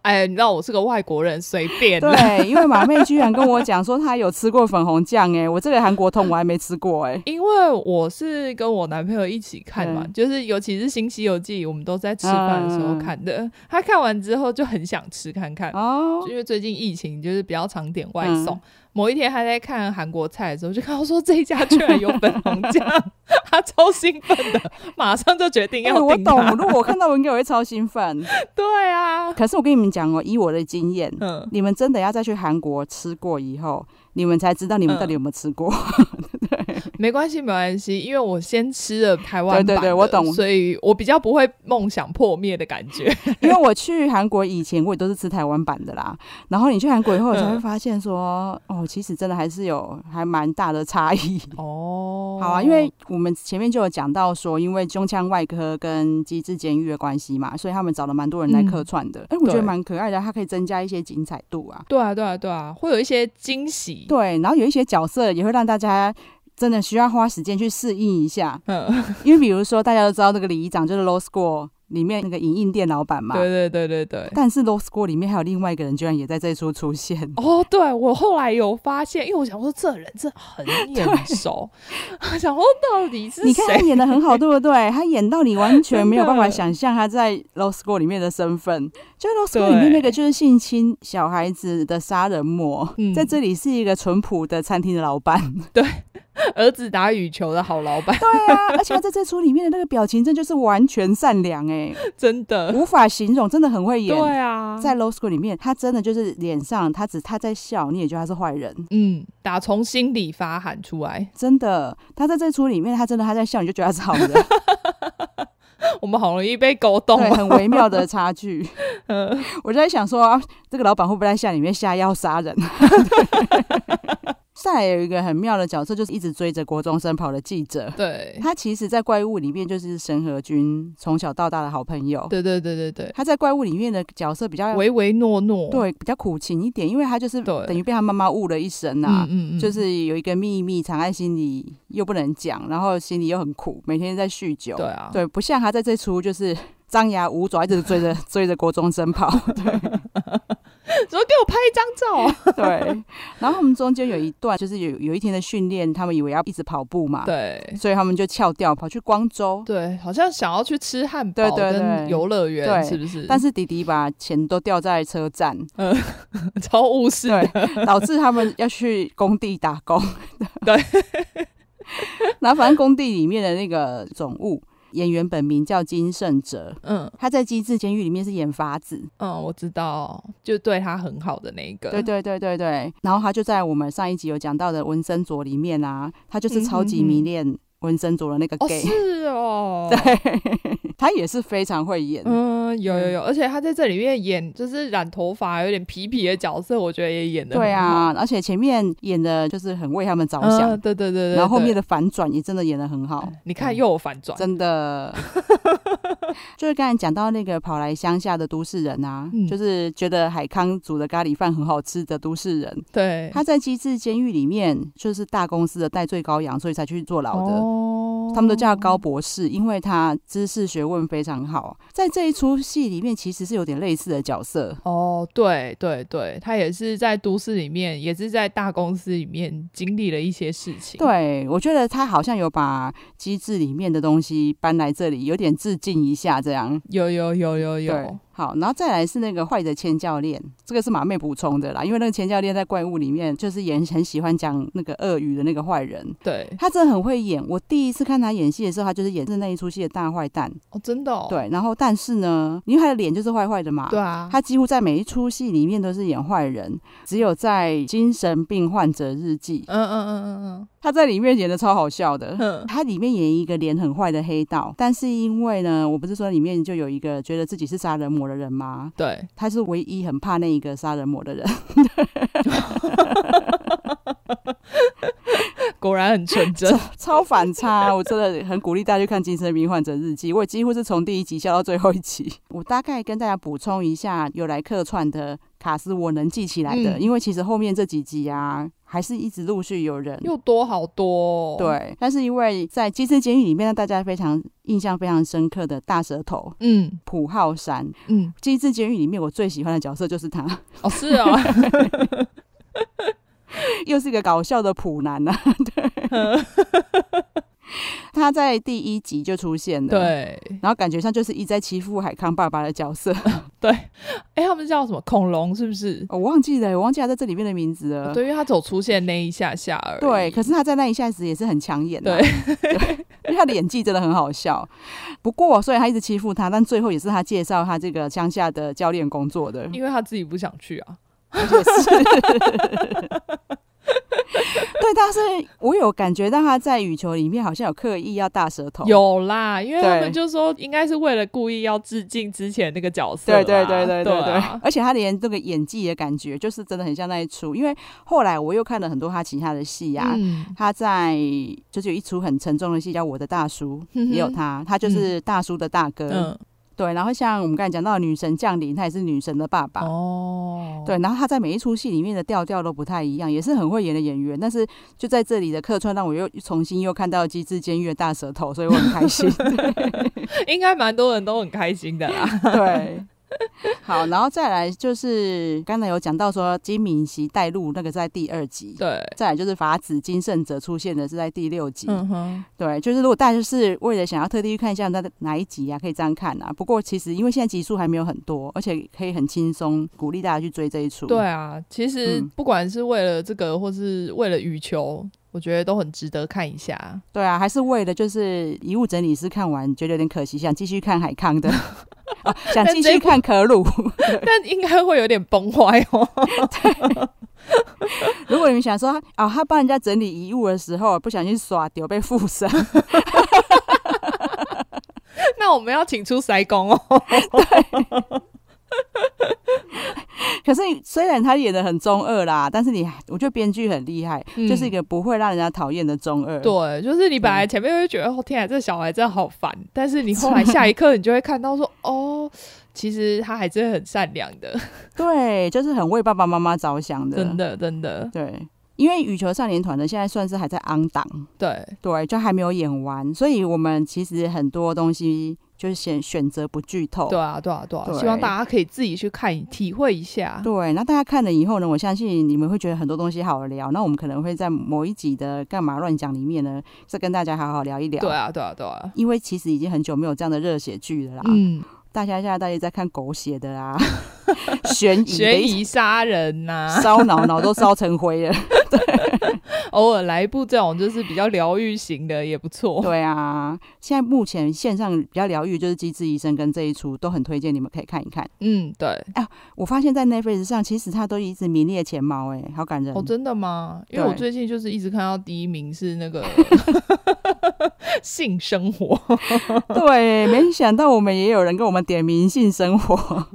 [SPEAKER 2] 哎，你知道我是个外国人，随便啦。
[SPEAKER 1] 对，因为马妹居然跟我讲说她有吃过粉红酱，哎，我这个韩国通我还没吃过，哎，
[SPEAKER 2] 因为我是跟我男朋友一起看嘛，
[SPEAKER 1] 嗯
[SPEAKER 2] 就是尤其是《新西游记》，我们都在吃饭的时候看的。他看完之后就很想吃看看，
[SPEAKER 1] 哦，
[SPEAKER 2] 因为最近疫情就是比较常点外
[SPEAKER 1] 嗯
[SPEAKER 2] 送。某一天他在看韩国菜的时候，就看到说这一家居然有粉红 酱，他超兴奋的，马上就决定
[SPEAKER 1] 哎，
[SPEAKER 2] 要
[SPEAKER 1] 我
[SPEAKER 2] 订
[SPEAKER 1] 懂
[SPEAKER 2] 它。，
[SPEAKER 1] 如果我看到我应该我会超兴奋。
[SPEAKER 2] 对啊，
[SPEAKER 1] 可是我跟你们讲哦，以我的经 验，
[SPEAKER 2] 嗯，
[SPEAKER 1] 你们真的要再去韩国吃过以后，你们才知道你们到底有没有吃过。
[SPEAKER 2] 没关系，没关系，因为我先吃了台湾版
[SPEAKER 1] 对
[SPEAKER 2] 的，
[SPEAKER 1] 对对我懂
[SPEAKER 2] 所以我比较不会梦想破灭的感觉。
[SPEAKER 1] 因为我去韩国以前，我也都是吃台湾版的啦。然后你去韩国以后，
[SPEAKER 2] 嗯
[SPEAKER 1] 才会发现说，哦，其实真的还是有还蛮大的差异。
[SPEAKER 2] 哦
[SPEAKER 1] 好啊，因为我们前面就有讲到说，因为胸腔外科跟机制监狱的关系嘛，所以他们找了蛮多人来客串的。哎、我觉得
[SPEAKER 2] 对
[SPEAKER 1] 蛮可爱的，它可以增加一些精彩度啊。
[SPEAKER 2] 对啊，对啊，对啊，会有一些惊喜。
[SPEAKER 1] 对，然后有一些角色也会让大家真的需要花时间去适应一下。
[SPEAKER 2] 嗯，
[SPEAKER 1] 因为比如说大家都知道那个李仪长就是 Low School 里面那个影印店老板嘛，
[SPEAKER 2] 对对对对对。
[SPEAKER 1] 但是 Low School 里面还有另外一个人居然也在这一出出现。
[SPEAKER 2] 哦，对我后来有发现，因为我想说这人真 的很眼熟，想说到底是
[SPEAKER 1] 你看他
[SPEAKER 2] 谁？
[SPEAKER 1] 演的很好，对不对？ 他演到你完全没有办法
[SPEAKER 2] 真的
[SPEAKER 1] 想象他在 Low School 里面的身份，就 Low School
[SPEAKER 2] 对
[SPEAKER 1] 里面那个就是性侵小孩子的杀人魔，
[SPEAKER 2] 嗯
[SPEAKER 1] 在这里是一个淳朴的餐厅的老板。
[SPEAKER 2] 儿子打羽球的好老板，
[SPEAKER 1] 对啊，而且他在这出里面的那个表情，真就是完全善良 哎、
[SPEAKER 2] 真的。
[SPEAKER 1] 无法形容，真的很会演。
[SPEAKER 2] 对啊，
[SPEAKER 1] 在 Low School 里面，他真的就是脸上，他只他在笑，你也觉得他是坏人。
[SPEAKER 2] 嗯，打从心里发喊出来，
[SPEAKER 1] 真的，他在这出里面，他真的他在笑，你就觉得他是好 人，
[SPEAKER 2] 我们好容易被勾动
[SPEAKER 1] 对，
[SPEAKER 2] 啊。
[SPEAKER 1] 很微妙的差距。
[SPEAKER 2] 嗯
[SPEAKER 1] 我就在想说，啊这个老板会不会在下里面下药杀人？再来有一个很妙的角色，就是一直追着国中生跑的记者。
[SPEAKER 2] 对，
[SPEAKER 1] 他其实，在怪物里面就是神和君从小到大的好朋友。
[SPEAKER 2] 对对对对对，
[SPEAKER 1] 他在怪物里面的角色比较
[SPEAKER 2] 唯唯诺诺，
[SPEAKER 1] 呃
[SPEAKER 2] 嗯
[SPEAKER 1] 对比较苦情一点，因为他就是
[SPEAKER 2] 对
[SPEAKER 1] 等于被他妈妈误了一生啊。
[SPEAKER 2] 嗯嗯嗯，
[SPEAKER 1] 就是有一个秘密藏在心里，又不能讲，然后心里又很苦，每天在酗酒。
[SPEAKER 2] 对啊，
[SPEAKER 1] 对，不像他在这出就是 张牙舞爪，一直追着追着国中生跑。
[SPEAKER 2] 怎么给我拍一张照啊？
[SPEAKER 1] 对，然后他们中间有一段就是有有一天的训练，他们以为要一直跑步嘛，
[SPEAKER 2] 对
[SPEAKER 1] 所以他们就翘掉跑去光州。
[SPEAKER 2] 对，好像想要去吃汉堡
[SPEAKER 1] 对对
[SPEAKER 2] 跟
[SPEAKER 1] 对
[SPEAKER 2] 游乐园，
[SPEAKER 1] 对
[SPEAKER 2] 是不是？
[SPEAKER 1] 但是迪迪把钱都掉在车站，
[SPEAKER 2] 超务实的，
[SPEAKER 1] 对，导致他们要去工地打工。
[SPEAKER 2] 对，
[SPEAKER 1] 然后反正工地里面的那个总务演员本名叫金圣哲，
[SPEAKER 2] 嗯
[SPEAKER 1] 他在《机智监狱》里面是演法子，
[SPEAKER 2] 嗯，我知道，就对他很好的那一个，
[SPEAKER 1] 对对对对对。然后他就在我们上一集有讲到的文森佐里面啊，他就是超级迷恋文森佐的那个
[SPEAKER 2] 嗯哦
[SPEAKER 1] gay，、
[SPEAKER 2] 是 哦，
[SPEAKER 1] 对，他也是非常会演。
[SPEAKER 2] 嗯，有有有，而且他在这里面演就是染头发有点痞痞的角色，我觉得也演的
[SPEAKER 1] 对，啊，而且前面演的就是很为他们着想，
[SPEAKER 2] 嗯对对对对，嗯
[SPEAKER 1] 然后后面
[SPEAKER 2] 的
[SPEAKER 1] 的反转也真的演的很好，
[SPEAKER 2] 你看又有反转，
[SPEAKER 1] 真 的。就是刚才讲到那个跑来乡下的都市人啊，
[SPEAKER 2] 嗯
[SPEAKER 1] 就是觉得海康煮的咖喱饭很好吃的都市人，
[SPEAKER 2] 对，
[SPEAKER 1] 他在机制监狱里面就是大公司的代罪羔羊，所以才去坐牢的。
[SPEAKER 2] 哦
[SPEAKER 1] 他们都叫他高博士，因为他知识学问非常好。在这一出戏里面，其实是有点类似的角色。
[SPEAKER 2] 哦，对对对，他也是在都市里面，也是在大公司里面经历了一些事情，
[SPEAKER 1] 对，我觉得他好像有把机制里面的东西搬来这里，有点致敬一下这样。
[SPEAKER 2] 有有有有
[SPEAKER 1] 对
[SPEAKER 2] 有，，
[SPEAKER 1] 好，然后再来是那个坏的千教练，这个是马妹补充的啦，因为那个千教练在怪物里面就是演很喜欢讲那个鳄鱼的那个坏人，
[SPEAKER 2] 对，
[SPEAKER 1] 他真的很会演。我第一次看他演戏的时候，他就是演是那一出戏的大坏蛋，
[SPEAKER 2] 哦，真的哦，
[SPEAKER 1] 对。然后但是呢，因为他的脸就是坏坏的嘛，
[SPEAKER 2] 对啊，
[SPEAKER 1] 他几乎在每一出戏里面都是演坏人，只有在《精神病患者日记》，
[SPEAKER 2] 嗯嗯嗯
[SPEAKER 1] 他在里面演的超好笑的
[SPEAKER 2] 嗯。嗯
[SPEAKER 1] 他里面演一个脸很坏的黑道，但是因为呢，我不是说里面就有一个觉得自己是杀人魔的人吗？
[SPEAKER 2] 嗯， 对，
[SPEAKER 1] 他是唯一很怕那一个杀人魔的人，
[SPEAKER 2] 果然很纯真，
[SPEAKER 1] 超反差。啊我真的很鼓励大家去看《精神病患者日记》，我也几乎是从第一集笑到最后一集。 我大概跟大家补充一下，有来客串的卡斯我能记起来的，
[SPEAKER 2] 嗯
[SPEAKER 1] 因为其实后面这几集啊，还是一直陆续有人
[SPEAKER 2] 又多好多、哦，，
[SPEAKER 1] 对，但是因为在机制监狱里面，让大家非常印象非常深刻的大舌头
[SPEAKER 2] 嗯
[SPEAKER 1] 普浩山，
[SPEAKER 2] 嗯，
[SPEAKER 1] 机制监狱里面我最喜欢的角色就是他，
[SPEAKER 2] 哦是哦，
[SPEAKER 1] 又是一个搞笑的普男啊。 对，他在第一集就出现了，，
[SPEAKER 2] 对，
[SPEAKER 1] 然后感觉上就是一直在欺负海康爸爸的角色，
[SPEAKER 2] 哎、他们叫什么恐龙是不是？
[SPEAKER 1] 我忘记了，我忘记他在这里面的名字了。
[SPEAKER 2] 哦对，因为他走出现那一下下而已。
[SPEAKER 1] 呃对，可是他在那一下子也是很抢眼、啊，
[SPEAKER 2] 对
[SPEAKER 1] 对， 因为他的演技真的很好笑。不过，虽然他一直欺负他，但最后也是他介绍他这个乡下的教练工作的，
[SPEAKER 2] 因为他自己不想去啊。
[SPEAKER 1] 我觉得是。 对，但是我有感觉到他在羽球里面好像有刻意要大舌头，，
[SPEAKER 2] 有啦，因为他
[SPEAKER 1] 哦对
[SPEAKER 2] 们就说应该是为了故意要致敬之前那个角色啦。
[SPEAKER 1] 对对对对
[SPEAKER 2] 对
[SPEAKER 1] 对对
[SPEAKER 2] 啊，
[SPEAKER 1] 而且他连这个演技的感觉，就是真的很像那一出。因为后来我又看了很多他其他的戏啊，
[SPEAKER 2] 嗯，
[SPEAKER 1] 他在就是有一出很沉重的戏叫《我的大叔》，也有他，他就是大叔的大哥。
[SPEAKER 2] 嗯
[SPEAKER 1] 对，然后像我们刚才讲到的女神降临，他也是女神的爸爸。
[SPEAKER 2] 哦，
[SPEAKER 1] 对，然后他在每一出戏里面的调调都不太一样，也是很会演的演员。但是就在这里的客串，让我又重新又看到《机智监狱》的大舌头，所以我很开心。
[SPEAKER 2] 应该蛮多人都很开心的啦。
[SPEAKER 1] 对，好，然后再来就是刚才有讲到说金敏熙带路那个在第二集，
[SPEAKER 2] 对，
[SPEAKER 1] 再来就是法子金圣哲出现的是在第六集。
[SPEAKER 2] 嗯哼，
[SPEAKER 1] 对，就是如果大家是为了想要特地去看一下那哪一集啊，可以这样看啊。不过其实因为现在集数还没有很多，而且可以很轻松，鼓励大家去追这一出。
[SPEAKER 2] 对啊，其实
[SPEAKER 1] 嗯
[SPEAKER 2] 不管是为了这个，或是为了羽球，我觉得都很值得看一下。
[SPEAKER 1] 对啊，还是为了就是遗物整理师看完觉得有点可惜，想继续看海康 的，啊，想继续看可鲁。
[SPEAKER 2] 但应该会有点崩坏哦。
[SPEAKER 1] 如果你们想说啊、他帮人家整理遗物的时候不小心耍丢被附身，
[SPEAKER 2] 那我们要请出塞工哦。
[SPEAKER 1] 可是虽然他演的很中二啦，但是你我觉得编剧很厉害，
[SPEAKER 2] 嗯
[SPEAKER 1] 就是一个不会让人家讨厌的中二。
[SPEAKER 2] 对，就是你本来前面会觉得、哦天啊，这小孩真的好烦，但是你后来下一刻你就会看到说哦，其实他还真的很善良的，
[SPEAKER 1] 对，就是很为爸爸妈妈着想的。
[SPEAKER 2] 真的真的，
[SPEAKER 1] 对，因为羽球少年团呢，现在算是还在昂档，
[SPEAKER 2] 对，
[SPEAKER 1] 对，就还没有演完，所以我们其实很多东西就是选选择不剧透。
[SPEAKER 2] 对啊，对啊，对啊，
[SPEAKER 1] 哦对
[SPEAKER 2] 希望大家可以自己去看体会一下。
[SPEAKER 1] 对，那大家看了以后呢，我相信你们会觉得很多东西好聊。那我们可能会在某一集的《干嘛乱讲》里面呢，再跟大家好好聊一聊。
[SPEAKER 2] 对，啊，对啊，对啊。
[SPEAKER 1] 因为其实已经很久没有这样的热血剧了啦。
[SPEAKER 2] 嗯，
[SPEAKER 1] 大家现在大家在看狗血的啊， 悬疑的
[SPEAKER 2] 悬
[SPEAKER 1] 一
[SPEAKER 2] 疑啊杀人呐、
[SPEAKER 1] 烧脑，脑都烧成灰了。
[SPEAKER 2] 偶尔来一部这种就是比较疗愈型的也不错。
[SPEAKER 1] 对啊，现在目前线上比较疗愈就是《机智医生》跟这一出，都很推荐你们可以看一看。
[SPEAKER 2] 嗯，对。
[SPEAKER 1] 我发现，在 Netflix 上，其实它都一直名列前茅、哎，好感人。
[SPEAKER 2] 哦，真的吗？因为
[SPEAKER 1] 对
[SPEAKER 2] 我最近就是一直看到第一名是那个性 生活，
[SPEAKER 1] 对，没想到我们也有人跟我们点名性生 活。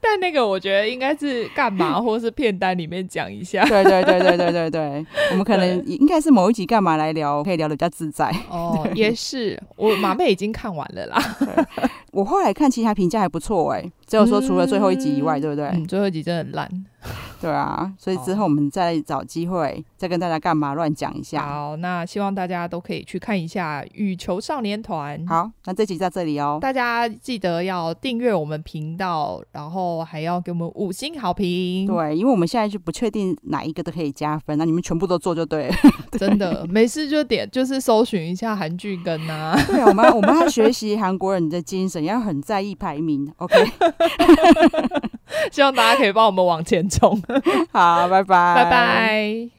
[SPEAKER 2] 但那个我觉得应该是 干嘛，或是片单里面讲一下。
[SPEAKER 1] 对对对对对对对，我们可能应该是某一集干嘛来聊，可以聊得比较自在。
[SPEAKER 2] 哦， 也是，我马妹已经看完了啦。
[SPEAKER 1] 我后来看其他评价还不错哎、只有说除了最后一集以外，对不对？
[SPEAKER 2] 嗯，哦最后一集真的很烂。
[SPEAKER 1] 对啊，所以之后我们再找机会再跟大家干嘛乱讲一下。
[SPEAKER 2] 好，那希望大家都可以去看一下《羽球少年团》。
[SPEAKER 1] 好，那这集到这里哦。
[SPEAKER 2] 大家记得要订阅我们频道，然后还要给我们五星好评。，
[SPEAKER 1] 对，因为我们现在就不确定哪一个都可以加分，那你们全部都做就对了。
[SPEAKER 2] 真的没事就点，就是搜寻一下韩剧跟啊。
[SPEAKER 1] 对啊，我们要我们要学习韩国人的精神，要很在意排名。OK，
[SPEAKER 2] 希望大家可以帮我们往前冲。
[SPEAKER 1] 好，拜拜，
[SPEAKER 2] 拜。拜。